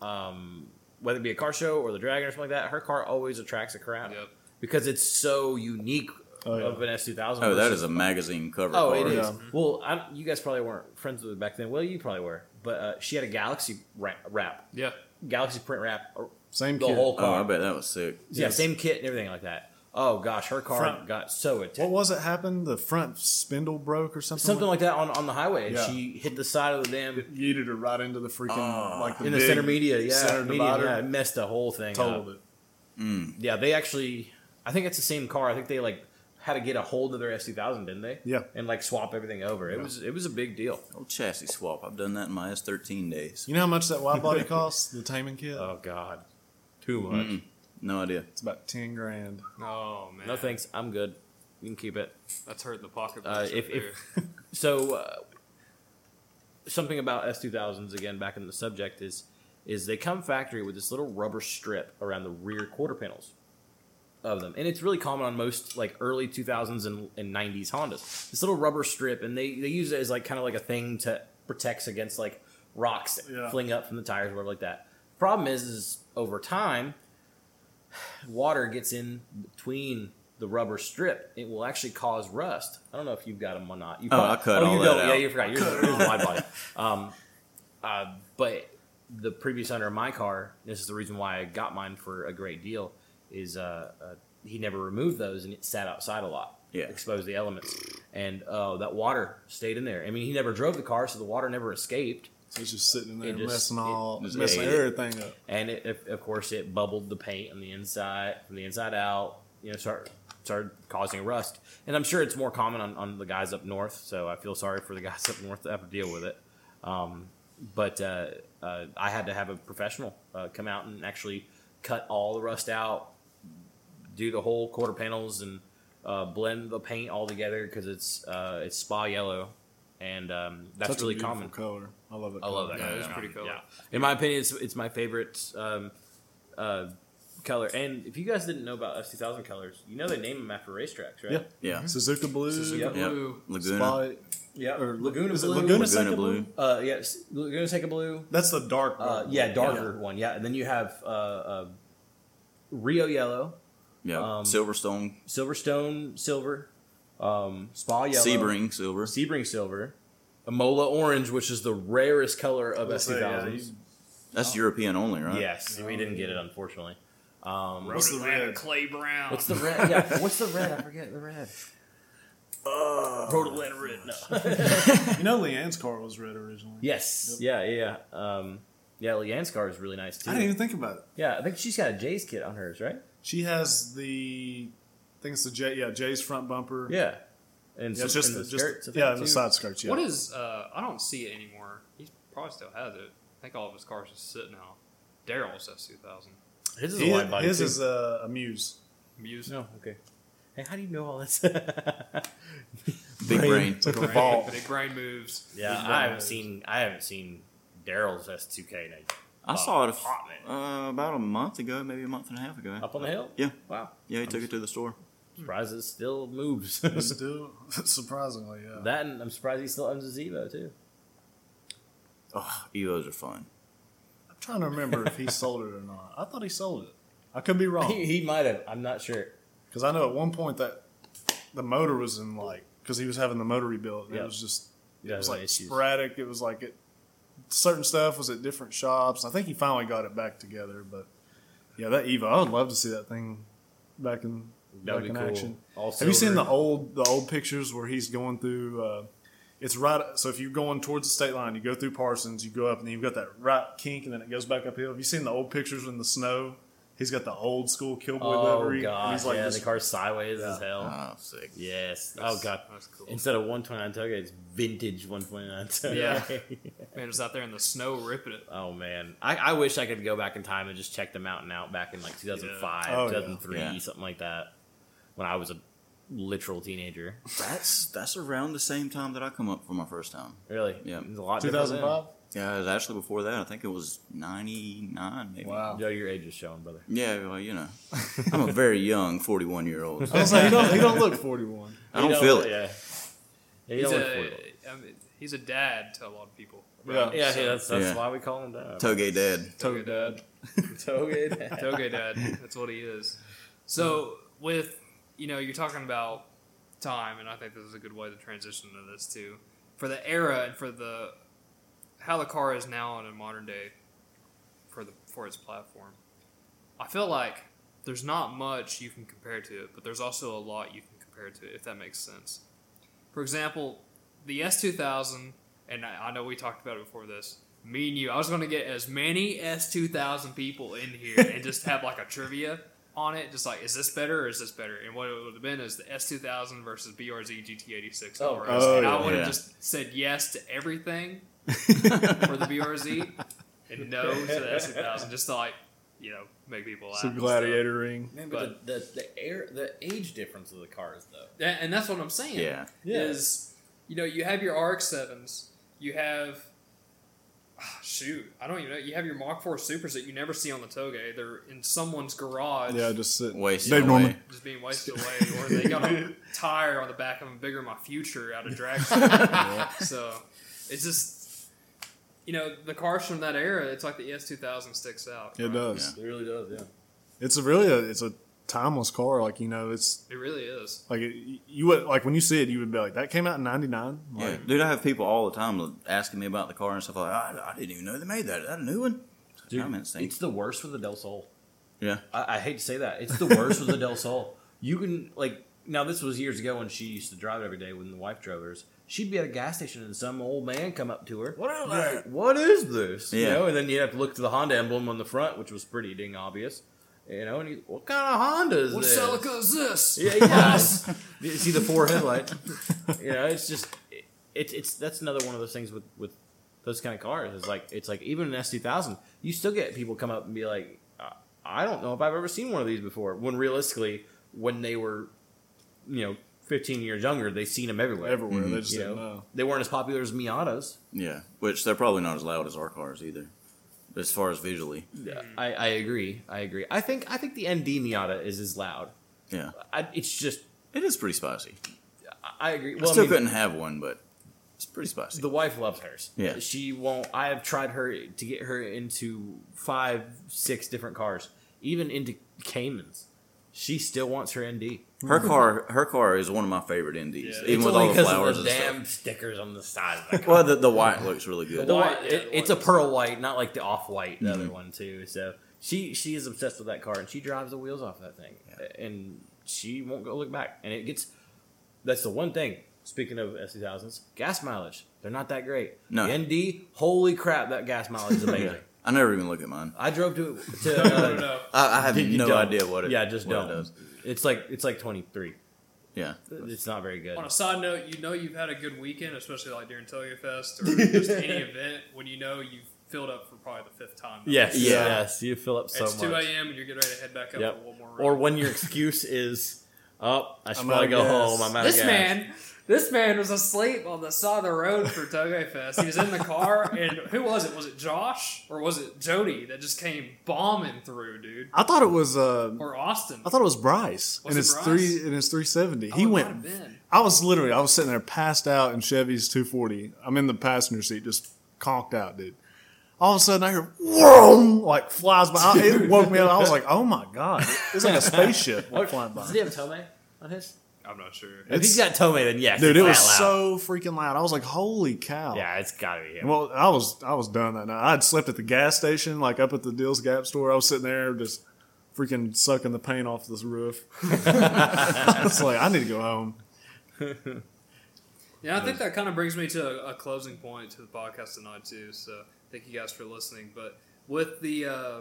Speaker 5: um, whether it be a car show or the Dragon or something like that, her car always attracts a crowd
Speaker 2: Yep.
Speaker 5: because it's so unique
Speaker 4: Oh, yeah.
Speaker 5: of an S two thousand.
Speaker 3: Oh, that is a magazine cover.
Speaker 5: Oh,
Speaker 3: car.
Speaker 5: it is.
Speaker 4: Yeah.
Speaker 5: Well, I, don't- you guys probably weren't friends with it back then. Well, you probably were, but uh, she had a Galaxy ra- wrap,
Speaker 2: Yeah.
Speaker 5: Galaxy print wrap, uh,
Speaker 4: Same
Speaker 5: the
Speaker 4: kid.
Speaker 5: whole
Speaker 3: Oh,
Speaker 5: car.
Speaker 3: I bet that was sick.
Speaker 5: Yeah,
Speaker 4: Yes.
Speaker 5: same kit and everything like that. Oh gosh, her car
Speaker 4: Front-
Speaker 5: got so attacked.
Speaker 4: What was it happened? The front spindle broke or something.
Speaker 5: Something like that on, on the highway.
Speaker 4: Yeah.
Speaker 5: She hit the side of the damn
Speaker 4: yeeted her right into the freaking
Speaker 3: Ah.
Speaker 4: like the
Speaker 5: in the
Speaker 4: big
Speaker 5: center media. Yeah,
Speaker 4: center
Speaker 5: median,
Speaker 4: divider.
Speaker 5: yeah, it messed the whole thing.
Speaker 4: Totaled
Speaker 5: up.
Speaker 4: it.
Speaker 5: Yeah, they actually. I think it's the same car. I think they like had to get a hold of their S two thousand, didn't they?
Speaker 4: Yeah.
Speaker 5: and like swap everything over. It was it was a big deal.
Speaker 3: Old chassis swap. I've done that in my S13 days.
Speaker 4: You know how much that
Speaker 3: <laughs>
Speaker 4: wide body costs? The Taman kit.
Speaker 3: Uh,
Speaker 5: Oh god, too much.
Speaker 3: Mm. No idea.
Speaker 4: It's about ten grand.
Speaker 2: Oh man.
Speaker 5: No thanks. I'm good. You can keep it.
Speaker 2: That's hurting the pocket.
Speaker 5: Uh,
Speaker 2: right
Speaker 5: if- if-
Speaker 2: there.
Speaker 5: So, uh, something about S2000s again, back in the subject is is they come factory with this little rubber strip around the rear quarter panels of them, and it's really common on most like early 2000s and, and 90s Hondas. This little rubber strip, and they they use it as like kind of like a thing to protects against like rocks that
Speaker 4: Yeah.
Speaker 5: fling up from the tires, whatever like that. Problem is, is over time, water gets in between the rubber strip, it will actually cause rust. I don't know if you've got them or not. You
Speaker 3: Oh,
Speaker 5: probably-
Speaker 3: I cut all
Speaker 5: you
Speaker 3: that
Speaker 5: don't.
Speaker 3: out.
Speaker 5: Yeah, you forgot. Yours is
Speaker 3: <laughs>
Speaker 5: yours is wide body. Um, uh, but the previous owner of my car, this is the reason why I got mine for a great deal, is uh, uh, he never removed those and it sat outside a lot.
Speaker 3: Yeah.
Speaker 5: Exposed the elements. And uh, that water stayed in there. I mean, he never drove the car, so the water never escaped.
Speaker 4: So it's just sitting in there
Speaker 5: It just-
Speaker 4: messing
Speaker 5: it
Speaker 4: all
Speaker 3: just
Speaker 4: messing
Speaker 3: ate it.
Speaker 4: everything up.
Speaker 5: and it, of- of course it bubbled the paint on the inside from the inside out you know start started causing rust and i'm sure it's more common on, on the guys up north so i feel sorry for the <laughs> guys up north that have to deal with it um, but uh, uh, i had to have a professional uh, come out and actually cut all the rust out do the whole quarter panels and uh, blend the paint all together because it's uh, it's spa yellow and um, that's
Speaker 4: Such a
Speaker 5: really
Speaker 4: beautiful
Speaker 5: common
Speaker 4: color. I love it.
Speaker 5: I love that.
Speaker 2: Yeah,
Speaker 5: color.
Speaker 2: it's pretty cool.
Speaker 5: Yeah. In my opinion, it's, it's my favorite um, uh, color. And if you guys didn't know about S2000 colors, you know they name them after racetracks, right?
Speaker 4: Yeah.
Speaker 3: Yeah.
Speaker 4: Suzuka blue.
Speaker 2: Suzuka
Speaker 5: Yeah.
Speaker 2: Blue.
Speaker 3: Laguna.
Speaker 4: Spotlight.
Speaker 5: Yeah.
Speaker 4: Or
Speaker 5: Laguna
Speaker 4: is it
Speaker 5: blue.
Speaker 4: Laguna,
Speaker 3: Laguna
Speaker 4: Seca
Speaker 3: blue.
Speaker 4: blue?
Speaker 5: Uh, yes, Laguna Seca Blue.
Speaker 4: That's the dark.
Speaker 5: Uh,
Speaker 4: blue.
Speaker 5: yeah, darker one. Yeah. And then you have uh, uh, Rio Yellow,
Speaker 3: Yeah.
Speaker 5: Um,
Speaker 3: Silverstone.
Speaker 5: Silverstone Silver, um, Spa Yellow,
Speaker 3: Sebring silver.
Speaker 5: Sebring Silver, Emola Orange, which is the rarest color of
Speaker 4: Let's
Speaker 5: S2000s.
Speaker 4: say,
Speaker 3: That's European only, right?
Speaker 5: Yes, we didn't get it unfortunately. Um,
Speaker 2: What's
Speaker 4: the red?
Speaker 2: Clay Brown.
Speaker 5: what's the <laughs> red? Yeah, what's the red? I forget the red. Uh, Rhode Atlanta red. No.
Speaker 3: <laughs>
Speaker 4: You know, Leanne's car was red originally.
Speaker 5: yes. Yeah. Yeah. yeah. Um, yeah. Leanne's car is really nice too.
Speaker 4: I didn't even think about it.
Speaker 5: yeah, I think she's got a Jay's kit on hers, right?
Speaker 4: She has the, I think it's the J, yeah, Jay's front bumper.
Speaker 5: Yeah. And
Speaker 4: Yeah, it's
Speaker 5: some-
Speaker 4: just,
Speaker 5: and
Speaker 4: the,
Speaker 5: the
Speaker 4: just
Speaker 5: skirts, I think,
Speaker 4: yeah,
Speaker 5: too.
Speaker 4: the side skirts. Yeah,
Speaker 2: What is? Uh, I don't see it anymore. He probably still has it. I think all of his cars just sit now. Daryl's has two thousand.
Speaker 5: His is a
Speaker 4: He-
Speaker 5: wide body.
Speaker 4: his
Speaker 5: too.
Speaker 4: is a, a Muse.
Speaker 2: Muse.
Speaker 5: No, Oh, okay. Hey, how do you know all <laughs> this?
Speaker 3: Big brain.
Speaker 4: It's like a
Speaker 2: Brain,
Speaker 4: <laughs> ball.
Speaker 2: Big brain moves.
Speaker 5: yeah, I haven't seen I haven't seen Daryl's S2K in a-
Speaker 3: I saw it a f-
Speaker 5: hot minute.
Speaker 3: uh, about a month ago, maybe a month and a half ago.
Speaker 5: up on the hill.
Speaker 3: Yeah,
Speaker 5: Wow,
Speaker 3: yeah, he took it to the store.
Speaker 5: surprised it still <laughs> moves.
Speaker 4: Still, <laughs> surprisingly, yeah.
Speaker 5: that and I'm surprised he still owns a Zevo too.
Speaker 3: Oh, Evos are fun.
Speaker 4: I'm trying to remember if he sold it or not. I thought he sold it. I could be wrong
Speaker 5: He, <laughs> he might have. I'm not sure.
Speaker 4: because I know at one point that the motor was in like because he was having the motor rebuilt. And
Speaker 5: Yeah.
Speaker 4: It was just
Speaker 5: Yeah,
Speaker 4: it was
Speaker 5: no
Speaker 4: like
Speaker 5: issues.
Speaker 4: sporadic. It was like it, certain stuff was at different shops. I think he finally got it back together. But yeah, that Evo, I would love to see that thing back in back
Speaker 5: That'd be
Speaker 4: in
Speaker 5: cool.
Speaker 4: action.
Speaker 5: All
Speaker 4: Have you seen
Speaker 5: silver.
Speaker 4: the old the old pictures where he's going through? Uh, it's right. So if you're going towards the state line, you go through Parsons, you go up, and then you've got that right kink, and then it goes back uphill. Have you seen the old pictures in the snow? He's got the old school Killboy
Speaker 5: Oh
Speaker 4: livery.
Speaker 5: god,
Speaker 4: and he's like
Speaker 5: yeah,
Speaker 4: just-
Speaker 5: the car's sideways
Speaker 4: Yeah.
Speaker 5: as hell.
Speaker 3: Oh, sick.
Speaker 5: yes. Oh god.
Speaker 2: That's cool.
Speaker 5: Instead of 129 Toga, it's vintage 129 Toga. Yeah.
Speaker 2: Man, was out there in the snow ripping it.
Speaker 5: <laughs> oh man, I, I wish I could go back in time and just check the mountain out back in like 2005,
Speaker 4: Yeah. Oh, yeah.
Speaker 5: 2003,
Speaker 3: Yeah.
Speaker 5: something like that, when I was a literal teenager.
Speaker 3: That's that's around the same time that I come up for my first time.
Speaker 5: Really?
Speaker 3: Yeah.
Speaker 5: It was a lot. different then.
Speaker 4: 2005.
Speaker 3: Yeah, it was actually before that. I think it was '99, maybe.
Speaker 4: Wow.
Speaker 5: Joe, your age is showing, brother.
Speaker 3: Yeah, well, you know, I'm a very young 41 year old.
Speaker 4: I was like, he don't, he don't look 41.
Speaker 3: I
Speaker 5: You
Speaker 3: don't
Speaker 5: know,
Speaker 3: feel it.
Speaker 5: Yeah. Yeah, you
Speaker 2: He's
Speaker 5: don't look forty.
Speaker 2: a, I mean, he's a dad to a lot of people.
Speaker 4: <laughs> Yeah.
Speaker 5: yeah, hey, that's, that's
Speaker 3: Yeah.
Speaker 5: why we call him that.
Speaker 3: Toge dead.
Speaker 2: Toga dad.
Speaker 5: <laughs> Toga.
Speaker 2: Toga dad. That's what he is. So with you know, you're talking about time, and I think this is a good way to transition to this too. For the era and for the how the car is now in a modern day for the for its platform, I feel like there's not much you can compare to it, but there's also a lot you can compare to it, if that makes sense. For example, the S2000, and I, I know we talked about it before this. Me and you, I was going to get as many S2000 people in here and just have like a trivia on it, just like is this better or is this better? And what it would have been is the S2000 versus BRZ GT86.
Speaker 5: Oh,
Speaker 2: RS.
Speaker 4: oh,
Speaker 2: and I
Speaker 4: yeah.
Speaker 2: would have
Speaker 3: Yeah.
Speaker 2: just said yes to everything for the BRZ and no to the <laughs> S2000, just to like you know make people laugh.
Speaker 4: Some
Speaker 2: and
Speaker 4: gladiator ring.
Speaker 5: Man,
Speaker 2: but
Speaker 5: the, the, the, air, the age difference of the cars, though.
Speaker 2: stuff. That- and that's what I'm saying.
Speaker 3: Yeah.
Speaker 5: Yeah.
Speaker 2: is you know you have your RX sevens, you have ah, shoot, I don't even know. You have your Mach Four Supers that you never see on the toga. They're in someone's garage,
Speaker 4: Yeah, just sitting.
Speaker 3: Waste.
Speaker 4: Dave
Speaker 3: away.
Speaker 4: Norman.
Speaker 2: <laughs> just being
Speaker 4: <laughs>
Speaker 2: wasted away, or they got a tire on the back of them bigger than my future out of
Speaker 4: <laughs>
Speaker 2: drag. strip. so it's just you know the cars from that era. It's like the ES two thousand sticks out.
Speaker 4: It
Speaker 2: right?
Speaker 4: does.
Speaker 5: It really does, yeah.
Speaker 4: It's a really a, it's a timeless car. Like you know, it's
Speaker 2: It really is.
Speaker 4: like it, you would like when you see it, you would be like, that came out in '99. Like,
Speaker 3: Yeah. Dude, I have people all the time asking me about the car and stuff like, "Ah, I, I didn't even know they made that. Is that a new one?
Speaker 5: Dude,
Speaker 3: I'm insane.
Speaker 5: it's the worst with the Del Sol.
Speaker 3: Yeah.
Speaker 5: I, I hate to say that. It's the worst with the Del Sol. You can like now this was years ago when she used to drive it every day when the wife drove hers. She'd be at a gas station and some old man come up to her. What is that? What is this? You
Speaker 3: Yeah.
Speaker 5: know, and then you have to look to the Honda emblem on the front, which was pretty ding obvious. You know, and you, what kind of Honda is
Speaker 2: What
Speaker 5: this?
Speaker 2: Celica is this?
Speaker 5: Yeah, yes. <laughs> you see the four <laughs> headlight. You know, it's just it, it's it's that's another one of those things with with those kind of cars. It's like it's like even an S two thousand, you still get people come up and be like, "I- I don't know if I've ever seen one of these before. When realistically, when they were, you know, fifteen years younger, they seen them everywhere.
Speaker 4: everywhere.
Speaker 2: Mm-hmm.
Speaker 4: They just
Speaker 5: You
Speaker 4: didn't
Speaker 5: know,
Speaker 4: know.
Speaker 5: they weren't as popular as Miatas.
Speaker 3: Yeah. Which they're probably not as loud as our cars either, as far as visually.
Speaker 5: I, I agree. I agree. I think I think the ND Miata is as loud.
Speaker 3: Yeah.
Speaker 5: I, it's just
Speaker 3: It is pretty spicy.
Speaker 5: I I
Speaker 3: I
Speaker 5: agree. Well, I
Speaker 3: still
Speaker 5: mean,
Speaker 3: couldn't have one, but it's pretty spicy.
Speaker 5: The wife loves hers.
Speaker 3: Yeah.
Speaker 5: She won't. I have tried her to get her into five, six different cars, even into Caymans. She still wants her ND.
Speaker 3: Her car, her car is one of my favorite indies,
Speaker 2: Yeah,
Speaker 3: even
Speaker 5: it's
Speaker 3: with
Speaker 5: only
Speaker 3: all the
Speaker 5: because
Speaker 3: flowers and
Speaker 5: of the
Speaker 3: stuff.
Speaker 5: damn stickers on the side.
Speaker 3: <laughs>
Speaker 5: Of the car.
Speaker 3: Well, the, the white looks really good.
Speaker 5: The
Speaker 2: White,
Speaker 5: white-
Speaker 2: yeah,
Speaker 5: it-
Speaker 2: the
Speaker 5: it's a
Speaker 2: white.
Speaker 5: pearl white, not like the off white, the
Speaker 3: Mm-hmm.
Speaker 5: other one too. So she she is obsessed with that car, and she drives the wheels off that thing, and she won't go look back. And it gets that's the one thing. Speaking of S two thousands, gas mileage they're not that great.
Speaker 3: No.
Speaker 5: The ND, holy crap, that gas
Speaker 3: <laughs>
Speaker 5: mileage is amazing.
Speaker 3: I never even look at mine.
Speaker 5: I drove to
Speaker 3: <laughs>
Speaker 5: to
Speaker 2: No, no,
Speaker 5: uh,
Speaker 2: no.
Speaker 3: I, I <laughs> have
Speaker 5: you
Speaker 3: no
Speaker 5: don't.
Speaker 3: idea what it.
Speaker 5: yeah, just
Speaker 3: what it
Speaker 5: don't.
Speaker 3: does.
Speaker 5: It's like it's like twenty three.
Speaker 3: Yeah,
Speaker 5: It's not very good.
Speaker 2: On a side note, you know you've had a good weekend, especially like during Tokyo Fest or just <laughs> any event when you know you've filled up for probably the fifth time.
Speaker 5: Yes,
Speaker 3: Yeah.
Speaker 5: yes, you fill up so
Speaker 2: it's two
Speaker 5: much.
Speaker 2: a.m. and you're getting ready to head back up
Speaker 5: Yep.
Speaker 2: for one more.
Speaker 5: Or
Speaker 2: round.
Speaker 4: <laughs>
Speaker 5: when your excuse is, oh, I should
Speaker 4: I'm
Speaker 5: probably
Speaker 4: out
Speaker 5: go
Speaker 4: of gas."
Speaker 5: home. I'm out
Speaker 2: this
Speaker 5: of gas.
Speaker 2: man, this man was asleep on the side of the road for Tokyo Fest. He was in the car, and who was it? Was it Josh or was it Jody that just came bombing through, dude?
Speaker 4: I thought it was uh,
Speaker 2: Or Austin?
Speaker 4: I thought it was Bryce,
Speaker 2: Was
Speaker 4: and
Speaker 2: it
Speaker 4: it's
Speaker 2: Bryce?
Speaker 4: three and it's three seventy.
Speaker 2: Oh,
Speaker 4: He
Speaker 2: it might have
Speaker 4: went.
Speaker 2: been.
Speaker 4: I was literally I was sitting there passed out in Chevy's two forty. I'm in the passenger seat, just conked out, dude. All of a sudden, I hear whoa, like flies by. It woke me up. I was like, "Oh my god, it's like a
Speaker 5: <laughs>
Speaker 4: spaceship like, flying by."
Speaker 5: Does he have Tome on his?
Speaker 2: I'm not sure.
Speaker 5: If
Speaker 4: It's-
Speaker 5: he's got Tome, then yes.
Speaker 4: Dude,
Speaker 5: it's
Speaker 4: it
Speaker 5: that
Speaker 4: was
Speaker 5: loud.
Speaker 4: so freaking loud. I was like, "Holy cow!"
Speaker 5: Yeah, it's gotta be him.
Speaker 4: Well, I was I was done that night. I had slept at the gas station, like up at the Deals Gap store. I was sitting there just freaking sucking the paint off this roof. I was like, I need to go home.
Speaker 2: Yeah, I think that kind of brings me to a, a closing point to the podcast tonight too. So thank you guys for listening. But with the uh,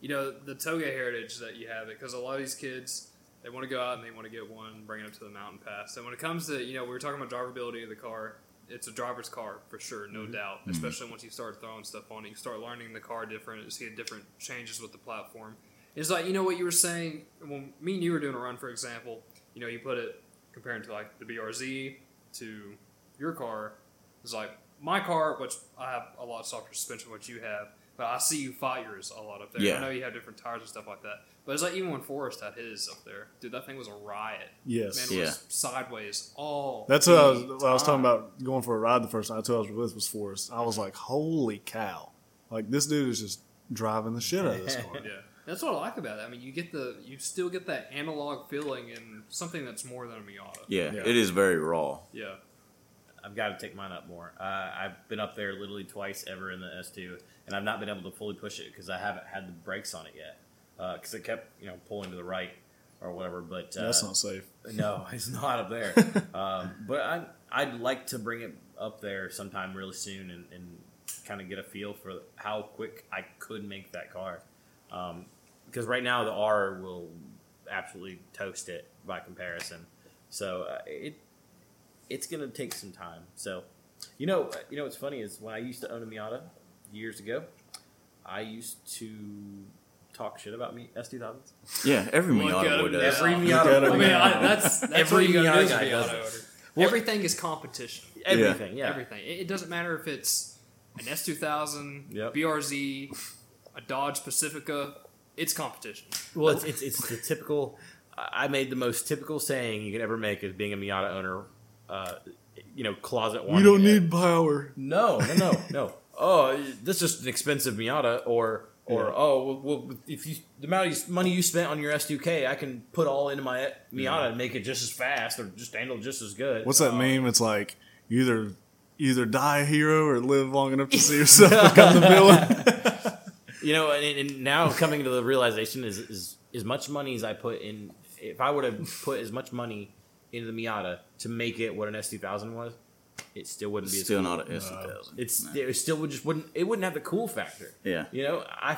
Speaker 2: you know the toga heritage that you have, it because a lot of these kids they want to go out and they want to get one, bring it up to the mountain pass. And when it comes to you know we were talking about drivability of the car, it's a driver's car for sure, no doubt. Especially once you start throwing stuff on it, you start learning the car different, you see different changes with the platform. It's like you know what you were saying when me and you were doing a run, for example. You know, you put it comparing to like the BRZ to your car is like my car, which I have a lot softer suspension, than what you have, but I see you fight yours a lot up there.
Speaker 3: Yeah.
Speaker 2: I know you have different tires and stuff like that. But it's like even when Forrest had his up there, dude, that thing was a riot. Man,
Speaker 4: Yes,
Speaker 2: it
Speaker 3: Yeah.
Speaker 2: was sideways all.
Speaker 4: that's what I was,
Speaker 2: the
Speaker 4: what I was talking
Speaker 2: time.
Speaker 4: about going for a ride the first night. That's who I was with was Forrest. I was like, "Holy cow!" Like this dude is just driving the shit out of this car.
Speaker 2: Yeah, that's what I like about it. I mean, you get the you still get that analog feeling in something that's more than a Miata.
Speaker 3: yeah,
Speaker 4: Yeah.
Speaker 3: It is very raw.
Speaker 2: Yeah.
Speaker 5: I've got to take mine up more. Uh, I've been up there literally twice ever in the S2, and I've not been able to fully push it because I haven't had the brakes on it yet. Because it kept, you know, pulling to the right or whatever. But
Speaker 4: <laughs>
Speaker 5: uh,
Speaker 4: That's not safe.
Speaker 5: No, it's not up there. um, but I, I'd like to bring it up there sometime really soon and, and kind of get a feel for how quick I could make that car. Um, because right now the R will absolutely toast it by comparison. So uh, it it's gonna take some time. So you know you know what's funny is when I used to own a Miata years ago, I used to talk shit about me S two thousands.
Speaker 3: Yeah, every
Speaker 2: Look at
Speaker 3: Miata
Speaker 2: him
Speaker 3: would does.
Speaker 2: now.
Speaker 5: Every
Speaker 2: Look
Speaker 5: Miata
Speaker 4: at
Speaker 5: boy
Speaker 4: him
Speaker 2: I mean, I, that's that's
Speaker 5: Every
Speaker 2: what you gotta do as a
Speaker 5: Miata guy does
Speaker 2: Miata
Speaker 5: it.
Speaker 2: owner. Everything is competition.
Speaker 5: <laughs> everything. Yeah.
Speaker 2: everything. It, it doesn't matter if it's an S two thousand,
Speaker 5: Yep.
Speaker 2: BRZ, a Dodge Pacifica. It's competition.
Speaker 5: Well, it's, it's it's the typical. I I made the most typical saying you could ever make as being a Miata owner. Uh, you know, closet.
Speaker 4: We don't need power.
Speaker 5: No, no, no, no. <laughs> Oh, this is an expensive Miata, or or
Speaker 4: Yeah.
Speaker 5: oh, well, well, if you the amount of money you spent on your S2K, I can put all into my Miata and make it just as fast or just handle just as good.
Speaker 4: What's that
Speaker 5: Uh,
Speaker 4: meme? It's like you either either die a hero or live long enough to see yourself become the villain.
Speaker 5: You know, and, and now coming to the realization is, is as much money as I put in. If I would have put as much money into the Miata to make it what an S two thousand was, it still wouldn't be
Speaker 3: It's
Speaker 5: as
Speaker 3: still
Speaker 5: cool.
Speaker 3: not an S two thousand.
Speaker 5: It's it still would just wouldn't it wouldn't have the cool factor.
Speaker 3: Yeah.
Speaker 5: You know, I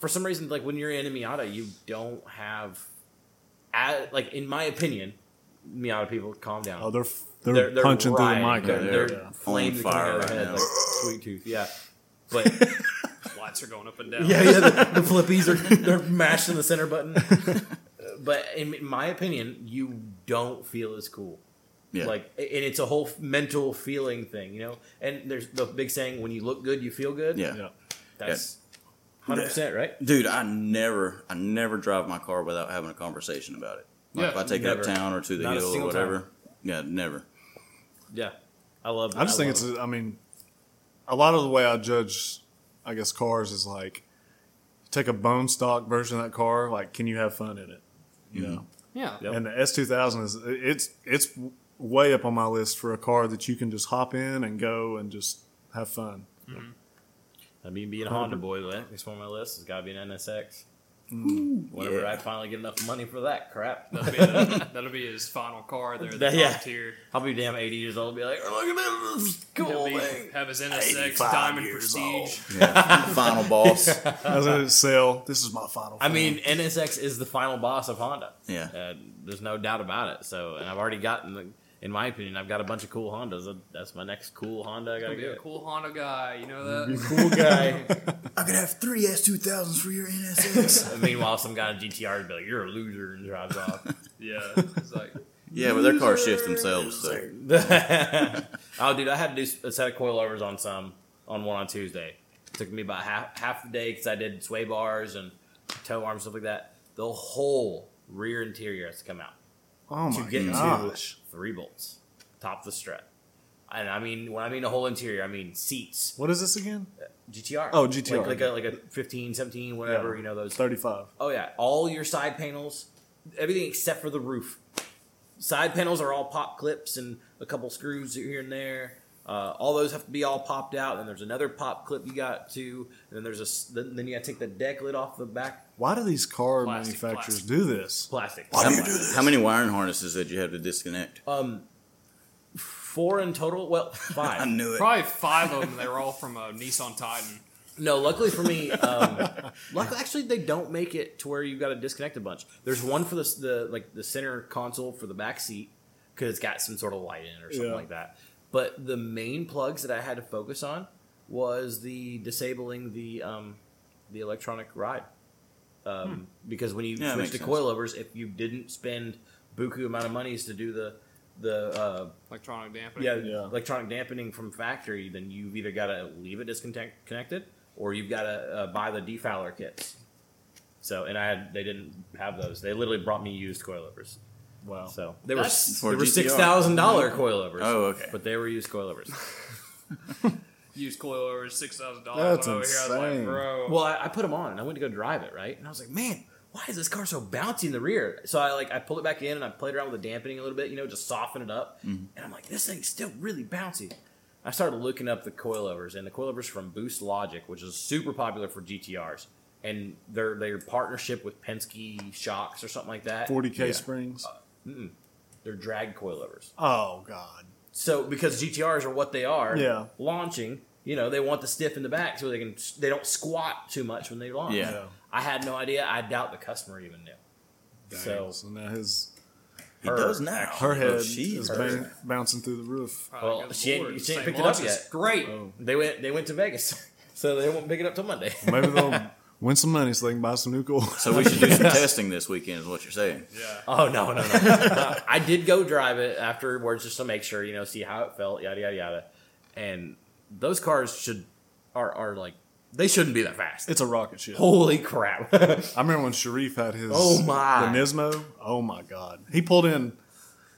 Speaker 5: for some reason like when you're in a Miata, you don't have, a- like in my opinion, Miata people calm down
Speaker 4: Oh, they're they're, punching
Speaker 5: rioting.
Speaker 4: through the mic.
Speaker 5: They're,
Speaker 4: right
Speaker 5: they're
Speaker 4: now.
Speaker 5: flames
Speaker 3: On
Speaker 5: coming
Speaker 3: fire
Speaker 5: out of
Speaker 3: right
Speaker 5: their head,
Speaker 3: now.
Speaker 5: like sweet
Speaker 4: <laughs>
Speaker 5: tooth. Yeah, but
Speaker 2: Lights are going up and down.
Speaker 5: yeah, yeah. The, the flippies are they're mashing the center button. <laughs> but in my opinion, you don't feel as cool.
Speaker 3: Yeah.
Speaker 5: Like, and it's a whole mental feeling thing, you know. And there's the big saying: when you look good, you feel good.
Speaker 3: yeah.
Speaker 4: Yeah.
Speaker 5: that's hundred percent right.
Speaker 3: Dude, I never, I never drive my car without having a conversation about it. Like
Speaker 2: Yeah,
Speaker 3: if I take
Speaker 5: never.
Speaker 3: it uptown or to the
Speaker 5: Not a
Speaker 3: hill or
Speaker 5: single time.
Speaker 3: whatever. Yeah, never.
Speaker 5: Yeah, I love.
Speaker 4: I just think it's.
Speaker 5: love
Speaker 4: I mean, a lot of the way I judge, I guess, cars is like take a bone stock version of that car. Like, can you have fun in it? You know,
Speaker 2: Yeah.
Speaker 5: Mm-hmm. Yep.
Speaker 4: and the S two thousand is it's it's way up on my list for a car that you can just hop in and go and just have fun.
Speaker 5: I mean, being a Honda boy, that- it's one of my lists. It's got to be an NSX. Whenever
Speaker 3: Mm, yeah.
Speaker 5: I finally get enough money for that crap,
Speaker 2: That'll be, that'll be his final car there. The
Speaker 5: That-
Speaker 2: top
Speaker 5: yeah.
Speaker 2: tier.
Speaker 5: I'll be damn 80 years old and be like, oh, look at this, this
Speaker 2: He'll
Speaker 5: cool
Speaker 2: be,
Speaker 5: thing.
Speaker 2: have his NSX
Speaker 4: 85
Speaker 2: Diamond
Speaker 4: years
Speaker 2: Prestige.
Speaker 3: <laughs> Yeah. Final boss.
Speaker 4: As
Speaker 5: <laughs>
Speaker 4: a sale, this is my final.
Speaker 5: I
Speaker 4: form.
Speaker 5: mean, NSX is the final boss of Honda.
Speaker 3: Yeah.
Speaker 5: Uh, there's no doubt about it. So, and I've already gotten, the, in my opinion, I've got a bunch of cool Hondas. That- That's my next cool Honda I got
Speaker 2: He'll
Speaker 5: to
Speaker 2: be a
Speaker 5: get.
Speaker 2: cool Honda guy. You know that?
Speaker 5: Cool <laughs> guy.
Speaker 3: I could have three S two thousands for your NSX.
Speaker 5: Meanwhile, some guy in GTR would be like, you're a loser, and drives off.
Speaker 2: yeah. It's like
Speaker 3: <laughs> yeah, but their cars shift themselves. So.
Speaker 5: oh, dude, I had to do s- a set of coilovers on some on one on Tuesday. took me about half half the day because I did sway bars and toe arms stuff like that. The whole rear interior has to come out
Speaker 4: oh
Speaker 5: to
Speaker 4: my
Speaker 5: get
Speaker 4: gosh,
Speaker 5: to three bolts, top of the strut. And I mean, when I mean the whole interior, I mean seats.
Speaker 4: what is this again?
Speaker 5: GTR.
Speaker 4: Oh, GTR.
Speaker 5: Like, like a like a 15, 17, whatever
Speaker 4: Yeah.
Speaker 5: you know those.
Speaker 4: Thirty five.
Speaker 5: Oh yeah, all your side panels, everything except for the roof. Side panels are all pop clips and a couple screws here and there. Uh, all those have to be all popped out, and there's another pop clip you got too. And then there's a s- then, then you got to take the deck lid off the back
Speaker 4: Why do these car
Speaker 2: Plastic,
Speaker 4: manufacturers
Speaker 2: plastic.
Speaker 4: do this?
Speaker 5: plastic.
Speaker 3: How, how many wiring harnesses did you have to disconnect?
Speaker 5: Um, four in total. Well, <laughs>
Speaker 3: I
Speaker 5: five.
Speaker 3: knew it.
Speaker 2: probably five of them. They were all from a Nissan Titan.
Speaker 5: no, luckily for
Speaker 3: <laughs>
Speaker 5: me, um, luckily actually they don't make it to where you got to disconnect a bunch. There's one for the, s- the like the center console for the back seat because it's got some sort of light in it or something
Speaker 4: Yeah.
Speaker 5: like that. But the main plugs that I had to focus on was the disabling the um, the electronic ride um, because when you
Speaker 3: Hmm. Yeah, that
Speaker 5: switch
Speaker 3: makes
Speaker 5: to
Speaker 3: sense.
Speaker 5: coilovers, if you didn't spend buku amount of monies to do the the uh,
Speaker 2: Electronic dampening.
Speaker 5: yeah,
Speaker 4: Yeah.
Speaker 5: electronic dampening from factory, then you've either got to leave it disconnected or you've got to uh, buy the defouler kits. So, and I had they didn't have those. They literally brought me used coilovers.
Speaker 4: Wow.
Speaker 5: So they were
Speaker 2: That's-
Speaker 5: they
Speaker 3: Oh. For
Speaker 5: were
Speaker 3: GTR.
Speaker 5: six thousand dollar coilovers.
Speaker 3: Oh, okay.
Speaker 5: but they were used coilovers.
Speaker 2: Used coilovers, six thousand dollars.
Speaker 4: That's
Speaker 2: Over here, I was like,
Speaker 4: insane.
Speaker 2: bro.
Speaker 5: Well, I, I put them on and I went to go drive it, right? And I was like, man, why is this car so bouncy in the rear? So I like I pulled it back in and I played around with the dampening a little bit, you know, just soften it up.
Speaker 4: Mm-hmm.
Speaker 5: And I'm like, this thing's still really bouncy. I started looking up the coilovers and the coilovers from Boost Logic, which is super popular for GTRs, and their their partnership with Penske shocks or something like that.
Speaker 4: Forty K springs.
Speaker 5: Uh, They're drag coilovers.
Speaker 4: Oh God.
Speaker 5: So because GTRs are what they are,
Speaker 4: Yeah.
Speaker 5: launching, you know, they want the stiff in the back so they can they don't squat too much when they launch.
Speaker 3: Yeah.
Speaker 4: Yeah.
Speaker 5: I had no idea. I doubt the customer even knew. So,
Speaker 4: Dang. so now his
Speaker 3: He
Speaker 5: her-
Speaker 3: does now.
Speaker 4: her head
Speaker 3: Oh, she
Speaker 4: is
Speaker 3: her.
Speaker 4: bang, bouncing through the roof.
Speaker 2: Probably
Speaker 5: well,
Speaker 2: good
Speaker 5: she ain't-
Speaker 2: lord,
Speaker 5: she ain't
Speaker 2: same
Speaker 5: picked it up
Speaker 2: launches.
Speaker 5: yet.
Speaker 2: Great.
Speaker 5: they went they went to Vegas, <laughs> so they won't pick it up till Monday.
Speaker 4: Maybe <laughs> they'll win some money so they can buy some new cars.
Speaker 3: So we should
Speaker 4: <laughs>
Speaker 3: do some testing this weekend, is what you're saying.
Speaker 2: Yeah.
Speaker 5: <laughs> oh no <laughs> no no! Uh, I did go drive it afterwards just to make sure you know see how it felt yada yada yada, and those cars should are are like they shouldn't be that fast.
Speaker 4: It's a rocket ship.
Speaker 5: <laughs> Holy crap! <laughs>
Speaker 4: I remember when Sharif had his
Speaker 5: Oh, my.
Speaker 4: the Nismo. Oh my god. He pulled in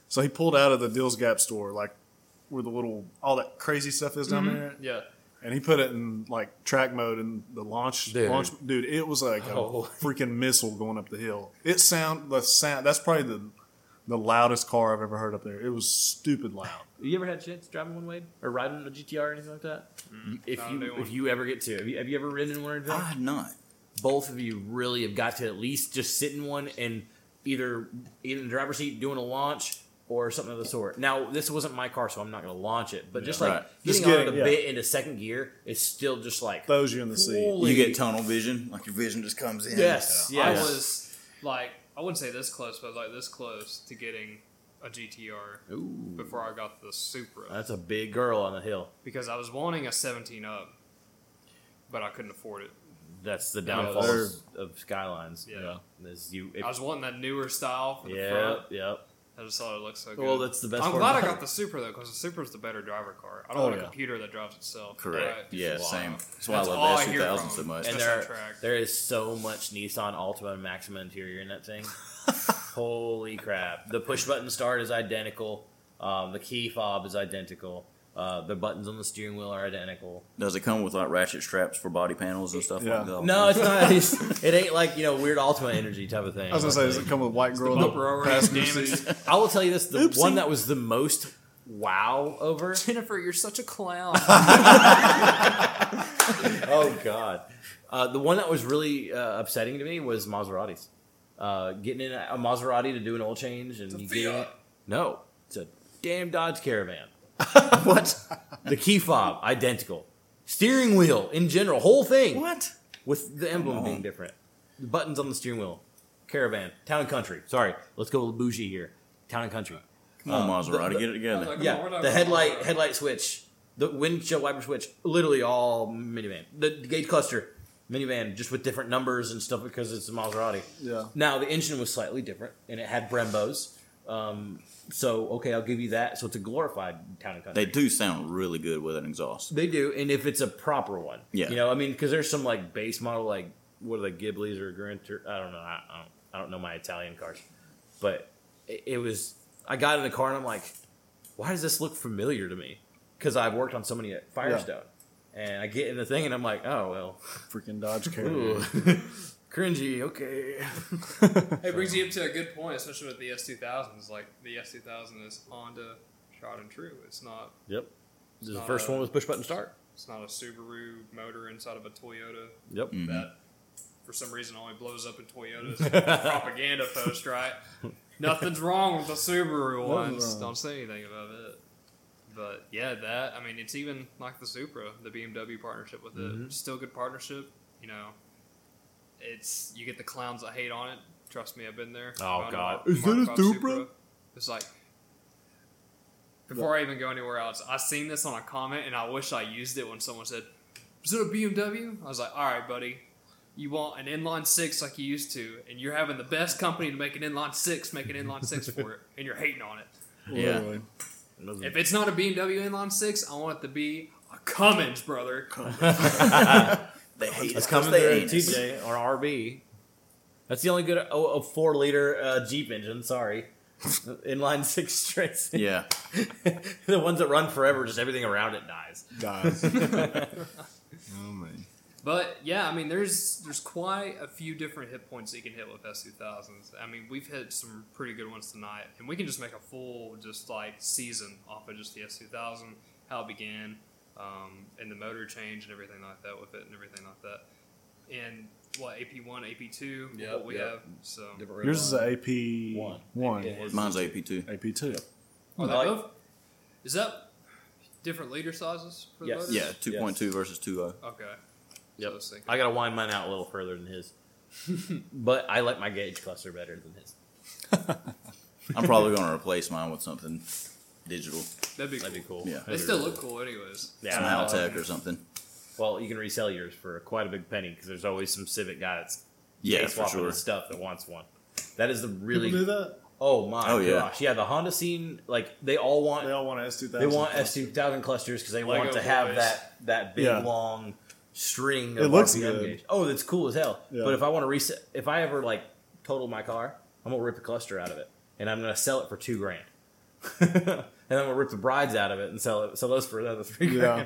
Speaker 4: so he pulled out of the Dills Gap store, like where the little all that crazy stuff is
Speaker 5: Mm-hmm.
Speaker 4: down there.
Speaker 2: Yeah.
Speaker 4: And he put it in like track mode and the launch
Speaker 5: Dude.
Speaker 4: launch dude, it was like
Speaker 5: Oh.
Speaker 4: a freaking missile going up the hill. It sound the sound that's probably the the loudest car I've ever heard up there. It was stupid loud.
Speaker 5: you ever had a chance driving one way or riding a GTR or anything like that? if
Speaker 2: not a
Speaker 5: you
Speaker 2: new one.
Speaker 5: if you ever get to have you, have you ever ridden in one or anything?
Speaker 3: I had not.
Speaker 5: both of you really have got to at least just sit in one and either either in the driver's seat doing a launch or something of the sort. Now, this wasn't my car, so I'm not going to launch it. But just like
Speaker 3: Right.
Speaker 5: getting
Speaker 4: Just
Speaker 5: out of
Speaker 4: getting-
Speaker 5: the
Speaker 4: yeah.
Speaker 5: bit into second gear, it's still just like
Speaker 4: Throws you in the seat.
Speaker 5: holy-
Speaker 3: You get tunnel vision, like your vision just comes in.
Speaker 5: yes,
Speaker 2: I
Speaker 5: yes.
Speaker 2: was like, I wouldn't say this close, but I was like this close to getting a GTR
Speaker 5: Ooh,
Speaker 2: before I got the Supra
Speaker 5: that's a big girl on the hill.
Speaker 2: because I was wanting a 17 up, but I couldn't afford it.
Speaker 5: That's the
Speaker 2: Yeah,
Speaker 5: downfall
Speaker 4: they're-
Speaker 5: of Skylines.
Speaker 2: Yeah.
Speaker 5: is you. If,
Speaker 2: I was wanting that newer style for the
Speaker 5: yeah,
Speaker 2: front.
Speaker 5: yeah.
Speaker 2: I just thought it looked so good.
Speaker 5: Well, that's the best.
Speaker 2: I'm
Speaker 5: part
Speaker 2: glad I
Speaker 5: about
Speaker 2: got
Speaker 5: it.
Speaker 2: the Supra though, because the Supra is the better driver car. I don't
Speaker 4: Oh,
Speaker 2: want a
Speaker 4: yeah.
Speaker 2: computer that drives itself.
Speaker 3: Correct.
Speaker 2: Right?
Speaker 3: Yeah,
Speaker 5: Wow.
Speaker 3: same. That's why
Speaker 2: That's
Speaker 3: I
Speaker 2: all
Speaker 3: love
Speaker 2: I
Speaker 3: the
Speaker 2: hear
Speaker 3: S2000 so
Speaker 2: from
Speaker 3: much.
Speaker 5: And
Speaker 2: That's
Speaker 5: there,
Speaker 2: on track.
Speaker 5: there is so much Nissan Altima and Maxima interior in
Speaker 4: <laughs>
Speaker 5: that thing. Holy crap! The push button start is identical. Um, the key fob is identical. Uh, the buttons on the steering wheel are identical.
Speaker 3: Does it come with like ratchet straps for body panels and stuff
Speaker 4: Yeah.
Speaker 3: like that?
Speaker 5: <laughs> No, it's not. It's, it ain't like you know weird Ultima Energy type of thing.
Speaker 4: I was gonna say, does it come with white girl?
Speaker 2: Bumper already damaged.
Speaker 5: I will tell you this: the
Speaker 4: Oopsie.
Speaker 5: one that was the most wow
Speaker 4: <laughs>
Speaker 5: over.
Speaker 2: <laughs> Jennifer, you're such a clown.
Speaker 5: oh God, uh, the one that was really uh, upsetting to me was Maseratis. Uh, getting in a Maserati to do an oil change and you get in,
Speaker 2: Fiat.
Speaker 5: no, it's a damn Dodge Caravan.
Speaker 3: <laughs> What?
Speaker 5: The key fob <laughs> identical, steering wheel in general, whole thing
Speaker 3: What?
Speaker 5: with the emblem
Speaker 3: on.
Speaker 5: being different. The buttons on the steering wheel. Caravan, town and country. Sorry, let's go a little bougie here. Town and country.
Speaker 3: Come on, Maserati, get it together.
Speaker 2: Uh, Like, come on, we're
Speaker 5: yeah,
Speaker 2: not-
Speaker 5: the headlight headlight switch, the windshield wiper switch, literally all minivan. The, the gauge cluster minivan, just with different numbers and stuff because it's a Maserati.
Speaker 4: Yeah.
Speaker 5: Now the engine was slightly different, and it had Brembos. Um, so okay, I'll give you that. So it's a glorified town and country.
Speaker 3: they do sound really good with an exhaust.
Speaker 5: They do, and if it's a proper one,
Speaker 3: Yeah.
Speaker 5: You know, I mean, because there's some like base model, like what are they, Ghiblis or Grant? Or, I don't know. I, I, don't, I don't know my Italian cars, but it, it was. I got in the car and I'm like, why does this look familiar to me? Because I've worked on so many at Firestone, and I get in the thing and I'm like, oh
Speaker 4: Freaking Dodge
Speaker 5: well,
Speaker 4: Caravan.
Speaker 5: ooh, <laughs> cringy. Okay,
Speaker 2: It brings you up to a good point, especially with the S2000s. Like, the S2000 is Honda tried and true. It's not
Speaker 5: yep. This is the
Speaker 2: Uh,
Speaker 5: first one was push button start.
Speaker 2: It's not a Subaru motor inside of a Toyota
Speaker 5: Yep.
Speaker 3: Mm-hmm.
Speaker 2: that, for some reason, only blows up in Toyotas. propaganda post, right? Nothing's wrong with the Subaru
Speaker 4: Nothing's
Speaker 2: ones.
Speaker 4: wrong.
Speaker 2: Don't say anything about it. But yeah, that I mean, it's even like the Supra, the BMW partnership with it. Still good partnership, you know. It's you get the clowns that hate on it. Trust me, I've been there.
Speaker 5: Oh,
Speaker 2: Found
Speaker 5: God.
Speaker 2: a
Speaker 4: Is that a
Speaker 2: Mark V
Speaker 4: Supra?
Speaker 2: It's like before I even go anywhere else, I seen this on a comment and I wish I used it when someone said, Is it a BMW? I was like, All right, buddy. You want an inline six like you used to, and you're having the best company to make an inline six, make an inline six for it, and you're hating on it.
Speaker 4: Literally.
Speaker 2: If it's not a BMW inline six, I want it to be a Cummins, brother.
Speaker 3: They hate us
Speaker 5: It's
Speaker 3: 'cause
Speaker 5: coming
Speaker 3: they
Speaker 5: through a
Speaker 3: hate us.
Speaker 5: TJ or RB. That's the only good oh, oh, four liter uh, Jeep engine. Sorry, <laughs> inline six straight.
Speaker 3: Yeah.
Speaker 5: <laughs> the ones that run forever, just everything around it dies.
Speaker 4: Guys. oh man.
Speaker 2: But yeah, I mean, there's there's quite a few different hit points that you can hit with S two thousands. I mean, we've hit some pretty good ones tonight, and we can just make a full just like season off of just the S two thousand, how it began, um, and the motor change and everything like that with it, and everything like that, and what AP one, AP two,
Speaker 5: Yep,
Speaker 2: what we
Speaker 5: yep.
Speaker 2: have. So
Speaker 4: Yours is an AP
Speaker 5: One.
Speaker 4: One.
Speaker 5: Yeah.
Speaker 3: Mine's AP2.
Speaker 4: AP two.
Speaker 2: Are they
Speaker 5: I like-
Speaker 2: both? Is that different leader sizes for
Speaker 5: Yes.
Speaker 2: the motors?
Speaker 3: Yeah, 2.2 versus oh. 2.0.
Speaker 2: Okay.
Speaker 5: Yep.
Speaker 2: So I was thinking-
Speaker 5: I gotta wind mine out a little further than his, <laughs> but I like my gauge cluster better than his.
Speaker 3: I'm probably going to replace mine with something digital,
Speaker 2: That'd be cool.
Speaker 5: That'd be cool.
Speaker 3: Yeah.
Speaker 5: That'd
Speaker 2: They
Speaker 5: be
Speaker 2: still
Speaker 5: really
Speaker 2: look cool, anyways.
Speaker 5: cool. Yeah.
Speaker 3: some
Speaker 5: uh,
Speaker 3: Haltech or something.
Speaker 5: Well, you can resell yours for quite a big penny because there's always some Civic guy that's
Speaker 3: Yeah,
Speaker 5: case
Speaker 3: for
Speaker 5: swapping
Speaker 3: sure.
Speaker 5: his stuff that wants one. That is the really
Speaker 4: that.
Speaker 5: Oh my
Speaker 3: Oh, yeah.
Speaker 5: gosh! Yeah, the Honda scene, like they all want
Speaker 4: They all want an S two
Speaker 5: they
Speaker 4: thousand.
Speaker 5: want S two thousand clusters because they
Speaker 2: Lego
Speaker 5: want to have
Speaker 2: boys.
Speaker 5: that that big
Speaker 4: Yeah.
Speaker 5: long string.
Speaker 4: It
Speaker 5: Of
Speaker 4: looks
Speaker 5: RPM
Speaker 4: good.
Speaker 5: gauge. Oh, that's cool as hell.
Speaker 4: Yeah.
Speaker 5: But if I want to reset, if I ever like total my car, I'm gonna rip a cluster out of it and I'm gonna sell it for two grand, <laughs> and I'm gonna rip the brides out of it and sell it sell those for another three
Speaker 4: Yeah.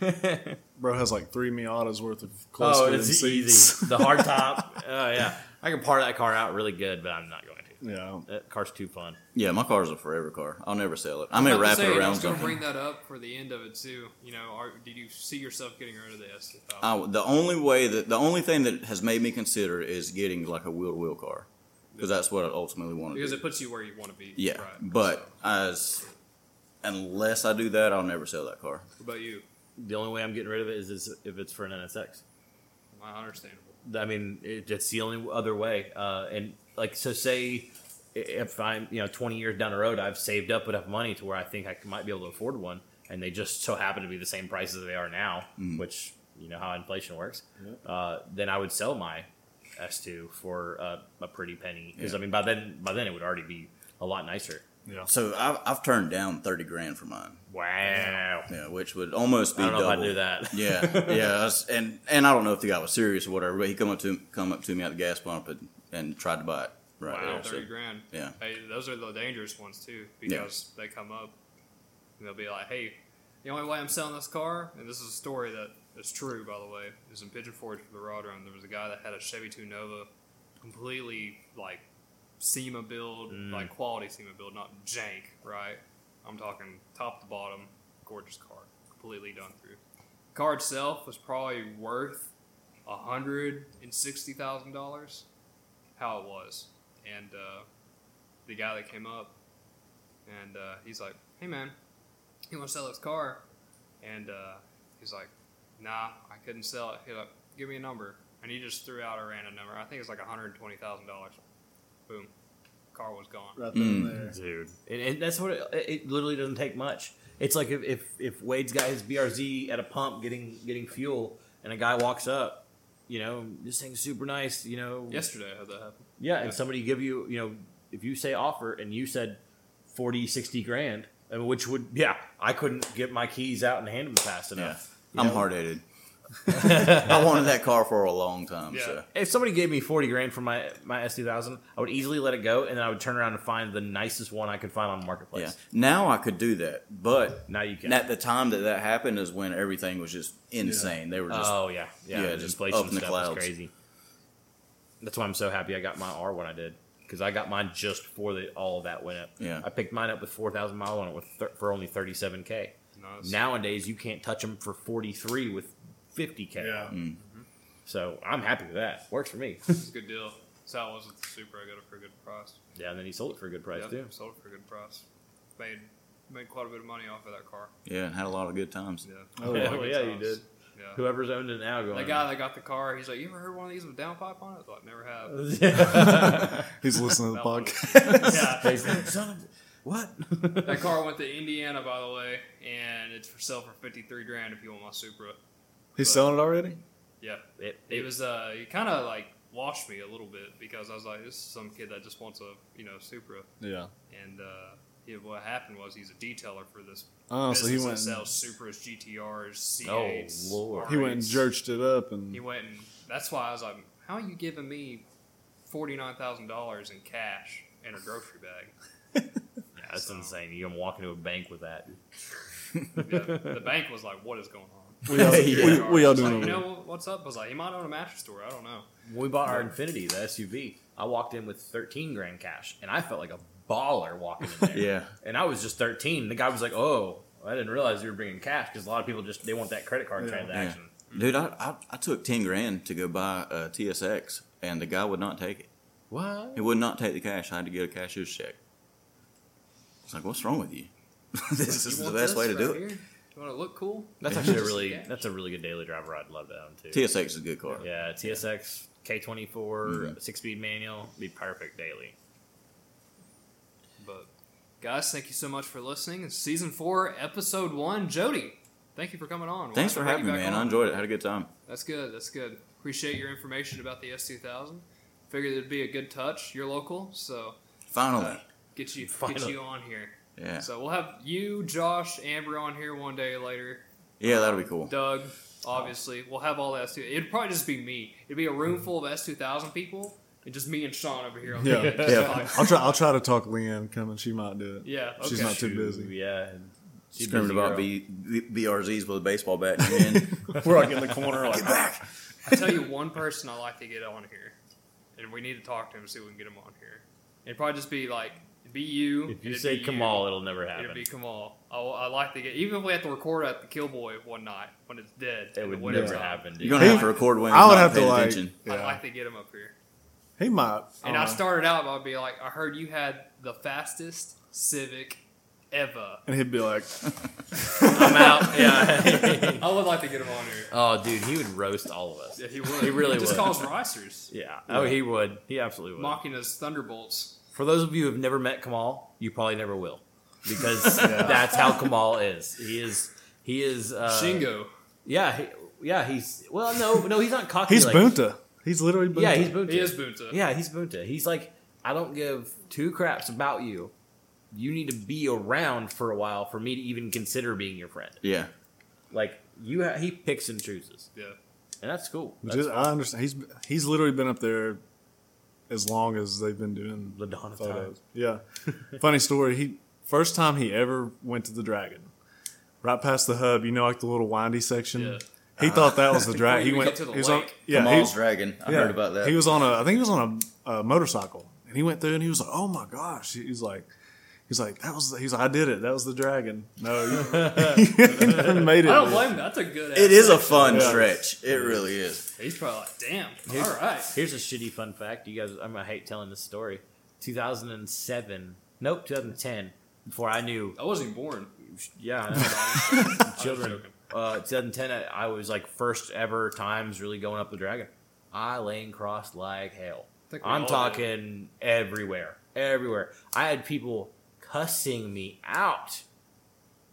Speaker 5: grand. <laughs>
Speaker 4: Bro has like three Miatas worth of cluster
Speaker 5: oh,
Speaker 4: and
Speaker 5: it's easy.
Speaker 4: seats.
Speaker 5: <laughs> The hard top. Oh yeah, I can part that car out really good, but I'm not going to.
Speaker 4: Yeah.
Speaker 5: That car's too fun.
Speaker 3: Yeah, my car's a forever car. I'll never sell it. I
Speaker 2: I
Speaker 3: may
Speaker 2: was
Speaker 3: wrap
Speaker 2: saying,
Speaker 3: it
Speaker 2: I
Speaker 3: around
Speaker 2: was going to
Speaker 3: something.
Speaker 2: bring that up for the end of it too. You know, are, did you see yourself getting rid of the S two thousand?
Speaker 3: I, the only way that the only thing that has made me consider is getting like a wheel to wheel car because that's what I ultimately want to
Speaker 2: Because
Speaker 3: do.
Speaker 2: it puts you where you want to be.
Speaker 3: Yeah,
Speaker 2: Right.
Speaker 3: but as unless I do that, I'll never sell that car.
Speaker 2: What about you?
Speaker 5: The only way I'm getting rid of it is, is if it's for an NSX.
Speaker 2: Well, understandable.
Speaker 5: I mean, it, it's the only other way. Uh, and like, so say i- if I'm, you know, 20 years down the road, I've saved up enough money to where I think I c- might be able to afford one, and they just so happen to be the same price as they are now,
Speaker 3: Mm-hmm.
Speaker 5: which you know how inflation works. Uh, then I would sell my S2 for uh, a pretty penny because
Speaker 3: Yeah.
Speaker 5: I mean, by then, by then it would already be a lot nicer.
Speaker 4: Yeah.
Speaker 3: So I've, I've turned down thirty grand for mine.
Speaker 5: Wow.
Speaker 3: Yeah, which would almost
Speaker 5: I
Speaker 3: be
Speaker 5: don't know
Speaker 3: double.
Speaker 5: if I knew that.
Speaker 3: yeah, yeah, that's- and and I don't know if the guy was serious or whatever, but he come up to come up to me at the gas pump and, and tried to buy it. Right
Speaker 2: Wow,
Speaker 3: there, so-
Speaker 2: thirty grand.
Speaker 3: yeah.
Speaker 2: Hey, those are the dangerous ones too, because they come up and they'll be like, "Hey, The only way I'm selling this car, and this is a story that is true, by the way, is in Pigeon Forge for the raw drum. There was a guy that had a Chevy 2 Nova, completely like SEMA build, like quality SEMA build, not jank, right? I'm talking top to bottom, gorgeous car, completely done through. Car itself was probably worth hundred and sixty thousand dollars, how it was, and uh, the guy that came up, and uh, he's like, "Hey man, he want to sell his car," and uh, he's like, "Nah, I couldn't sell it." He's like, "Give me a number," and he just threw out a random number. I think it's like one hundred twenty thousand dollars. Boom, car was gone.
Speaker 4: right there and
Speaker 3: Mm.
Speaker 4: there.
Speaker 5: dude. And, and that's what it, it literally doesn't take much. It's like if, if if Wade's got his BRZ at a pump getting getting fuel, and a guy walks up, you know, this thing's super nice, you know,
Speaker 2: Yesterday I had that happen.
Speaker 5: yeah,
Speaker 2: Yeah.
Speaker 5: and somebody give you, you know, if you say offer and you said 40, 60 grand, I mean, which would, yeah, I couldn't get my keys out and hand them fast
Speaker 3: Yeah,
Speaker 5: enough.
Speaker 3: I'm
Speaker 5: know?
Speaker 3: hard
Speaker 2: <laughs>
Speaker 3: headed. I wanted that car for a long time.
Speaker 2: Yeah.
Speaker 3: So
Speaker 5: If somebody gave me 40 grand for my, my S2000, I would easily let it go and then I would turn around and find the nicest one I could find on Marketplace.
Speaker 3: yeah, now I could do that, but
Speaker 5: Now you can.
Speaker 3: at the time that that happened is when everything was just insane. They were just
Speaker 5: oh yeah, yeah.
Speaker 3: yeah,
Speaker 5: the
Speaker 3: just
Speaker 5: inflation
Speaker 3: up in the
Speaker 5: stuff is
Speaker 3: clouds.
Speaker 5: crazy. That's why I'm so happy I got my R when I did because I got mine just before the, all of that went up.
Speaker 3: Yeah.
Speaker 5: I picked mine up with four thousand mile on it with thir- for only thirty seven k.
Speaker 2: Nice.
Speaker 5: Nowadays you can't touch them for forty three with fifty k.
Speaker 4: Yeah.
Speaker 5: So I'm happy with that. Works for
Speaker 3: <laughs>
Speaker 5: me.
Speaker 2: It's a good deal. That's how it was with the Super. I got it for a good price.
Speaker 5: yeah, and then he sold it for a good price
Speaker 2: Yeah,
Speaker 5: too.
Speaker 2: sold it for a good price. Made made quite a bit of money off of that car.
Speaker 3: yeah, and had a lot of good times.
Speaker 2: Yeah.
Speaker 4: Oh,
Speaker 5: yeah,
Speaker 4: wow.
Speaker 5: <laughs> well, yeah, you did.
Speaker 2: Yeah.
Speaker 5: Whoever's owned it now going.
Speaker 2: The guy
Speaker 5: <laughs>
Speaker 2: that got the car, he's like, "You ever heard one of these with downpipe on it?" Like, never have.
Speaker 4: He's listening to
Speaker 2: That
Speaker 4: the
Speaker 5: <laughs>
Speaker 2: one.
Speaker 4: podcast.
Speaker 2: <laughs>
Speaker 4: <laughs>
Speaker 2: yeah.
Speaker 5: Son of- what?
Speaker 2: That car went to Indiana, by the way, and it's for sale for fifty three grand if you want my Supra.
Speaker 4: He's selling it already?
Speaker 2: Yeah.
Speaker 5: It-
Speaker 2: <laughs> It was. Uh, he kind of like washed me a little bit because I was like, "This is some kid that just wants a you know Supra,"
Speaker 4: Yeah.
Speaker 2: and uh, he, what happened was he's a detailer for this.
Speaker 4: Oh, so he
Speaker 2: business
Speaker 4: went,
Speaker 2: that sells Supras, GTRs, C8s.
Speaker 5: Oh, Lord.
Speaker 4: he went and
Speaker 2: R8s.
Speaker 4: jerked it up and
Speaker 2: He went and that's why I was like, "How are you giving me forty nine thousand dollars in cash in a grocery bag?"
Speaker 5: Yeah, that's insane. You can walk into a bank with that.
Speaker 2: Yeah.
Speaker 5: <laughs>
Speaker 2: the bank was like, "What is going on?"
Speaker 4: we all,
Speaker 5: Yeah.
Speaker 4: we, we
Speaker 2: I
Speaker 4: all
Speaker 2: was
Speaker 4: doing
Speaker 2: like,
Speaker 4: it.
Speaker 2: you know what's up? I was like, "He might own a mattress store. I don't know."
Speaker 5: When we bought our Infinity, the SUV, I walked in with 13 grand cash, and I felt like a baller walking
Speaker 4: <laughs>
Speaker 5: in there.
Speaker 3: Yeah,
Speaker 5: And I was just 13. The guy was like, "Oh, I didn't realize you were bringing cash because a lot of people just they want that credit card
Speaker 4: Yeah.
Speaker 5: transaction."
Speaker 3: dude, I, I I took ten grand to go buy a TSX, and the guy would not take it.
Speaker 4: <laughs>
Speaker 5: What?
Speaker 3: He would not take the cash. I had to get a cashier's check. It's like, what's wrong with you? <laughs> this is the
Speaker 2: You want
Speaker 3: best way to
Speaker 2: this
Speaker 3: do
Speaker 2: right
Speaker 3: it.
Speaker 2: here? Do you want to look cool?
Speaker 5: That's actually a
Speaker 2: Just
Speaker 5: really
Speaker 2: cash.
Speaker 5: that's a really good daily driver. I'd love to own too.
Speaker 3: TSX is a good car.
Speaker 5: yeah, TSX K24
Speaker 4: Mm-hmm.
Speaker 5: six speed manual be perfect daily.
Speaker 2: But guys, thank you so much for listening. It's season four, episode one. Jody, thank you for coming on. We'll
Speaker 3: Thanks
Speaker 2: have
Speaker 3: for
Speaker 2: to
Speaker 3: having
Speaker 2: bring you
Speaker 3: me,
Speaker 2: back
Speaker 3: man. I
Speaker 2: on.
Speaker 3: enjoyed it. Had a good time.
Speaker 2: That's good. That's good. Appreciate your information about the S two thousand. Figured it'd be a good touch. You're local, so
Speaker 3: Finally.
Speaker 2: get you get
Speaker 5: Finally.
Speaker 2: you on here.
Speaker 3: yeah.
Speaker 2: So we'll have you, Josh, Amber on here one day later.
Speaker 3: Yeah, that'll be cool.
Speaker 2: Doug, obviously. We'll have all the S2. It'd probably just be me. It'd be a room full of S2000 people and just me and Sean over here on the <laughs>
Speaker 4: Yeah.
Speaker 2: end. Just
Speaker 3: Yeah.
Speaker 2: like-
Speaker 4: I'll try. I'll try to talk Leanne coming. She might do it.
Speaker 2: yeah. Okay.
Speaker 4: She's not too busy.
Speaker 5: Yeah. She's
Speaker 3: Screaming
Speaker 5: busy
Speaker 3: about
Speaker 5: girl. <laughs>
Speaker 3: B, B, BRZs with a baseball bat in your
Speaker 2: <laughs>
Speaker 3: hand.
Speaker 4: We're like <laughs> in the corner. Like,
Speaker 2: I tell you one person I like to get on here, and we need to talk to him and see if we can get him on here. It'd probably just be like, it'd be you.
Speaker 5: If
Speaker 2: and
Speaker 5: you
Speaker 2: it'd
Speaker 5: say
Speaker 2: be
Speaker 5: Kamal, it'll never
Speaker 2: It'd
Speaker 5: happen.
Speaker 2: be Kamal. I, I like to get, even if we have to record at the Killboy one night when it's dead,
Speaker 5: it
Speaker 2: in the
Speaker 5: would
Speaker 2: winter
Speaker 5: never
Speaker 2: time,
Speaker 5: happen. dude.
Speaker 3: You're going to have
Speaker 4: He-
Speaker 3: to record when
Speaker 4: I
Speaker 3: he's
Speaker 4: would
Speaker 3: not
Speaker 4: have to
Speaker 3: paying
Speaker 4: like.
Speaker 3: attention.
Speaker 2: I'd
Speaker 4: Yeah.
Speaker 2: like to get him up here.
Speaker 4: He might.
Speaker 2: And
Speaker 4: uh,
Speaker 2: I started out by being like, I heard you had the fastest Civic ever.
Speaker 4: And he'd be like,
Speaker 5: I'm out. Yeah.
Speaker 2: <laughs> I would like to get him on here.
Speaker 5: oh, dude, he would roast all of us.
Speaker 2: Yeah, <laughs> he would.
Speaker 5: He really
Speaker 2: just
Speaker 5: would.
Speaker 2: calls ricers,
Speaker 5: <laughs> Yeah. Oh, he would. He absolutely
Speaker 2: <laughs>
Speaker 5: would.
Speaker 2: mocking us thunderbolts.
Speaker 5: For those of you who've never met Kamal, you probably never will,
Speaker 2: <laughs>
Speaker 5: because that's how Kamal is. He is. He is. Uh,
Speaker 2: Shingo.
Speaker 5: Yeah. He, yeah. He's. Well, no, no, he's not cocky.
Speaker 4: he's
Speaker 5: like,
Speaker 4: Bunta. He's literally Bunta.
Speaker 5: Yeah, he's Bunta.
Speaker 2: He is Bunta.
Speaker 5: Yeah, he's Bunta. He's like, I don't give two craps about you. You need to be around for a while for me to even consider being your friend.
Speaker 3: Yeah.
Speaker 5: Like you, ha- he picks and chooses,
Speaker 2: Yeah.
Speaker 5: and that's cool.
Speaker 4: Which
Speaker 5: That's
Speaker 4: is- I understand. He's he's literally been up there as long as they've been doing
Speaker 5: the dawn of time.
Speaker 4: photos. Yeah. Funny story. He first time he ever went to the Dragon right past the hub. You know, like the little windy section.
Speaker 2: Yeah.
Speaker 4: He thought that was the drag.
Speaker 2: you
Speaker 4: he
Speaker 2: even
Speaker 4: went.
Speaker 2: get to the
Speaker 4: he was on,
Speaker 2: lake.
Speaker 4: yeah, he-
Speaker 3: Kamal's Dragon. I
Speaker 4: yeah.
Speaker 3: heard about that.
Speaker 4: He was on a. I think he was on a, a motorcycle, and he went through, and he was like, "Oh my gosh!" He was like. He's like that was. the-" He's like, I did it. That was the dragon. No,
Speaker 2: <laughs>
Speaker 4: you, you made it.
Speaker 2: I don't blame him. That's a good.
Speaker 3: it is a fun
Speaker 4: Yeah.
Speaker 3: stretch. It really is.
Speaker 2: He's probably like, damn. All right.
Speaker 5: Here's a shitty fun fact. You guys, I'm gonna hate telling this story. 2007, nope, 2010. Before I knew,
Speaker 2: I wasn't even born.
Speaker 5: yeah, I know. children.
Speaker 2: joking.
Speaker 5: Uh, 2010, I, I was like first ever times really going up the dragon. I lane crossed like hell.
Speaker 2: think we all
Speaker 5: I'm
Speaker 2: did.
Speaker 5: talking everywhere, everywhere. I had people cussing me out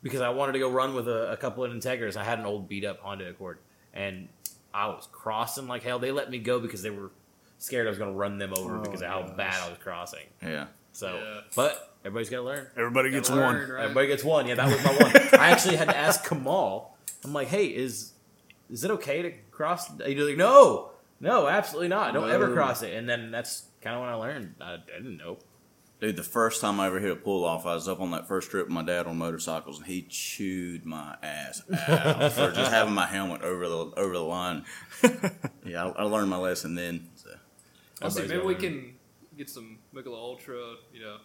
Speaker 5: because I wanted to go run with a, a couple of Integras. I had an old beat up Honda Accord, and I was crossing like hell. They let me go because they were scared I was going to run them over
Speaker 4: Oh,
Speaker 5: because of how
Speaker 4: gosh.
Speaker 5: bad I was crossing.
Speaker 3: Yeah.
Speaker 5: So,
Speaker 2: Yeah.
Speaker 5: but everybody's got to learn.
Speaker 4: Everybody gets
Speaker 2: Gotta
Speaker 4: one.
Speaker 2: learn, right?
Speaker 5: Everybody gets one. Yeah, that <laughs> was my one. I actually had to ask Kamal. I'm like, hey, is is it okay to cross? And He's like, no, no, absolutely not. Don't ever
Speaker 4: No.
Speaker 5: cross it. And then that's kind of when I learned. I, I didn't know.
Speaker 3: Dude, the first time I ever hit a pull off, I was up on that first trip with my dad on motorcycles, and he chewed my ass out for <laughs> just having my helmet over the over the
Speaker 4: <laughs>
Speaker 3: line. Yeah, I, I learned my lesson then. So.
Speaker 2: I'll see. Maybe
Speaker 5: Everybody's
Speaker 2: we
Speaker 5: got
Speaker 2: can get some Michelob Ultra. You know,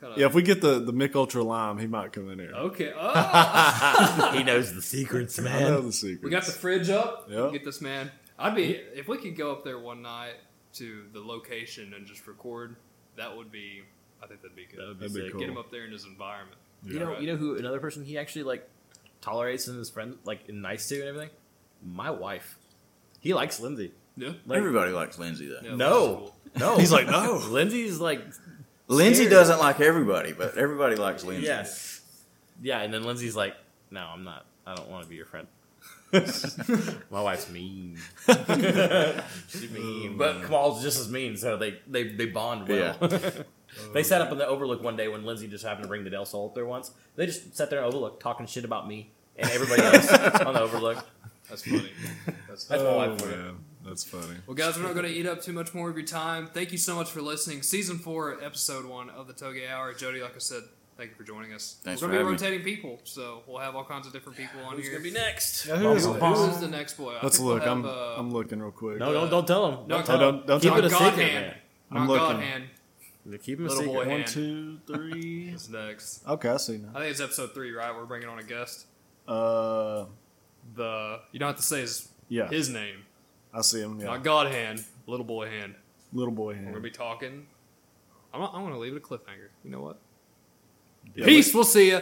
Speaker 2: kind of.
Speaker 4: Yeah, if we get the the Mick Ultra Lime, he might come in here.
Speaker 2: Okay. Oh,
Speaker 5: he knows the <laughs> secrets,
Speaker 4: I know
Speaker 5: man.
Speaker 4: the secret.
Speaker 2: we got the fridge up.
Speaker 4: Yeah.
Speaker 2: Get this man. I'd be if we could go up there one night to the location and just record. That would be. I think that'd be good.
Speaker 5: That would be
Speaker 4: That'd be
Speaker 5: sick.
Speaker 4: cool.
Speaker 2: Get him up there in his environment.
Speaker 5: You know, you know who another person he actually like tolerates and is friend like and nice to and everything. My wife. He likes Lindsay.
Speaker 2: Yeah.
Speaker 5: Like,
Speaker 3: Everybody likes Lindsay though.
Speaker 2: Yeah,
Speaker 5: No.
Speaker 2: which is
Speaker 5: No,
Speaker 4: He's
Speaker 5: <laughs>
Speaker 4: like, no.
Speaker 5: Lindsay's like,
Speaker 3: Lindsay
Speaker 5: Scared.
Speaker 3: doesn't like everybody, but everybody likes Lindsay.
Speaker 5: yes, yeah. And then Lindsay's like, no, I'm not. I don't want to be your <laughs> friend. My wife's <laughs> mean. She's mean, but Kamal's just as mean. So they they, they bond well. they sat up in the Overlook one day when Lindsay just happened to bring the Del Sol up there once. They just sat there in Overlook talking shit about me and everybody else on the Overlook.
Speaker 2: That's funny. That's
Speaker 5: That's my
Speaker 4: Oh
Speaker 5: wife. for you.
Speaker 4: man, that's funny.
Speaker 2: Well, guys, we're not going to eat up too much more of your time. Thank you so much for listening. Season 4, Episode 1 of the Toge Hour. Jody, like I said, thank you for joining us.
Speaker 3: Thanks
Speaker 2: we're
Speaker 3: for
Speaker 2: to be
Speaker 3: having me.
Speaker 2: rotating people, so we'll have all kinds of different people on
Speaker 5: Who's
Speaker 2: here.
Speaker 5: gonna be next?
Speaker 4: Yeah, who is it?
Speaker 2: Who is the next boy? I
Speaker 4: Let's
Speaker 2: think we'll
Speaker 4: look.
Speaker 2: have,
Speaker 4: I'm
Speaker 2: uh,
Speaker 4: I'm looking real quick.
Speaker 5: No, don't don't tell him.
Speaker 2: No,
Speaker 5: don't tell
Speaker 4: don't-
Speaker 5: him.
Speaker 4: don't
Speaker 5: Keep
Speaker 4: tell
Speaker 5: it a
Speaker 4: him.
Speaker 2: God
Speaker 5: secret.
Speaker 2: Hand.
Speaker 4: I'm
Speaker 2: Ron
Speaker 4: looking.
Speaker 2: Godhand
Speaker 5: man. Keep him a
Speaker 2: Little
Speaker 5: secret.
Speaker 2: boy
Speaker 4: One,
Speaker 2: hand.
Speaker 4: two,
Speaker 2: <laughs>
Speaker 4: three.
Speaker 2: is next.
Speaker 4: Okay, I see now.
Speaker 2: I think it's Episode 3, right? We're bringing on a guest.
Speaker 4: Uh,
Speaker 2: The You don't have to say his,
Speaker 4: yeah,
Speaker 2: his name.
Speaker 4: I see him. Yeah,
Speaker 2: Not God Hand, Little Boy Hand.
Speaker 4: little boy
Speaker 2: We're going to
Speaker 4: hand.
Speaker 2: be talking. I'm, I'm going to leave it a cliffhanger. You know what?
Speaker 4: Yeah,
Speaker 2: Peace. We'll see you.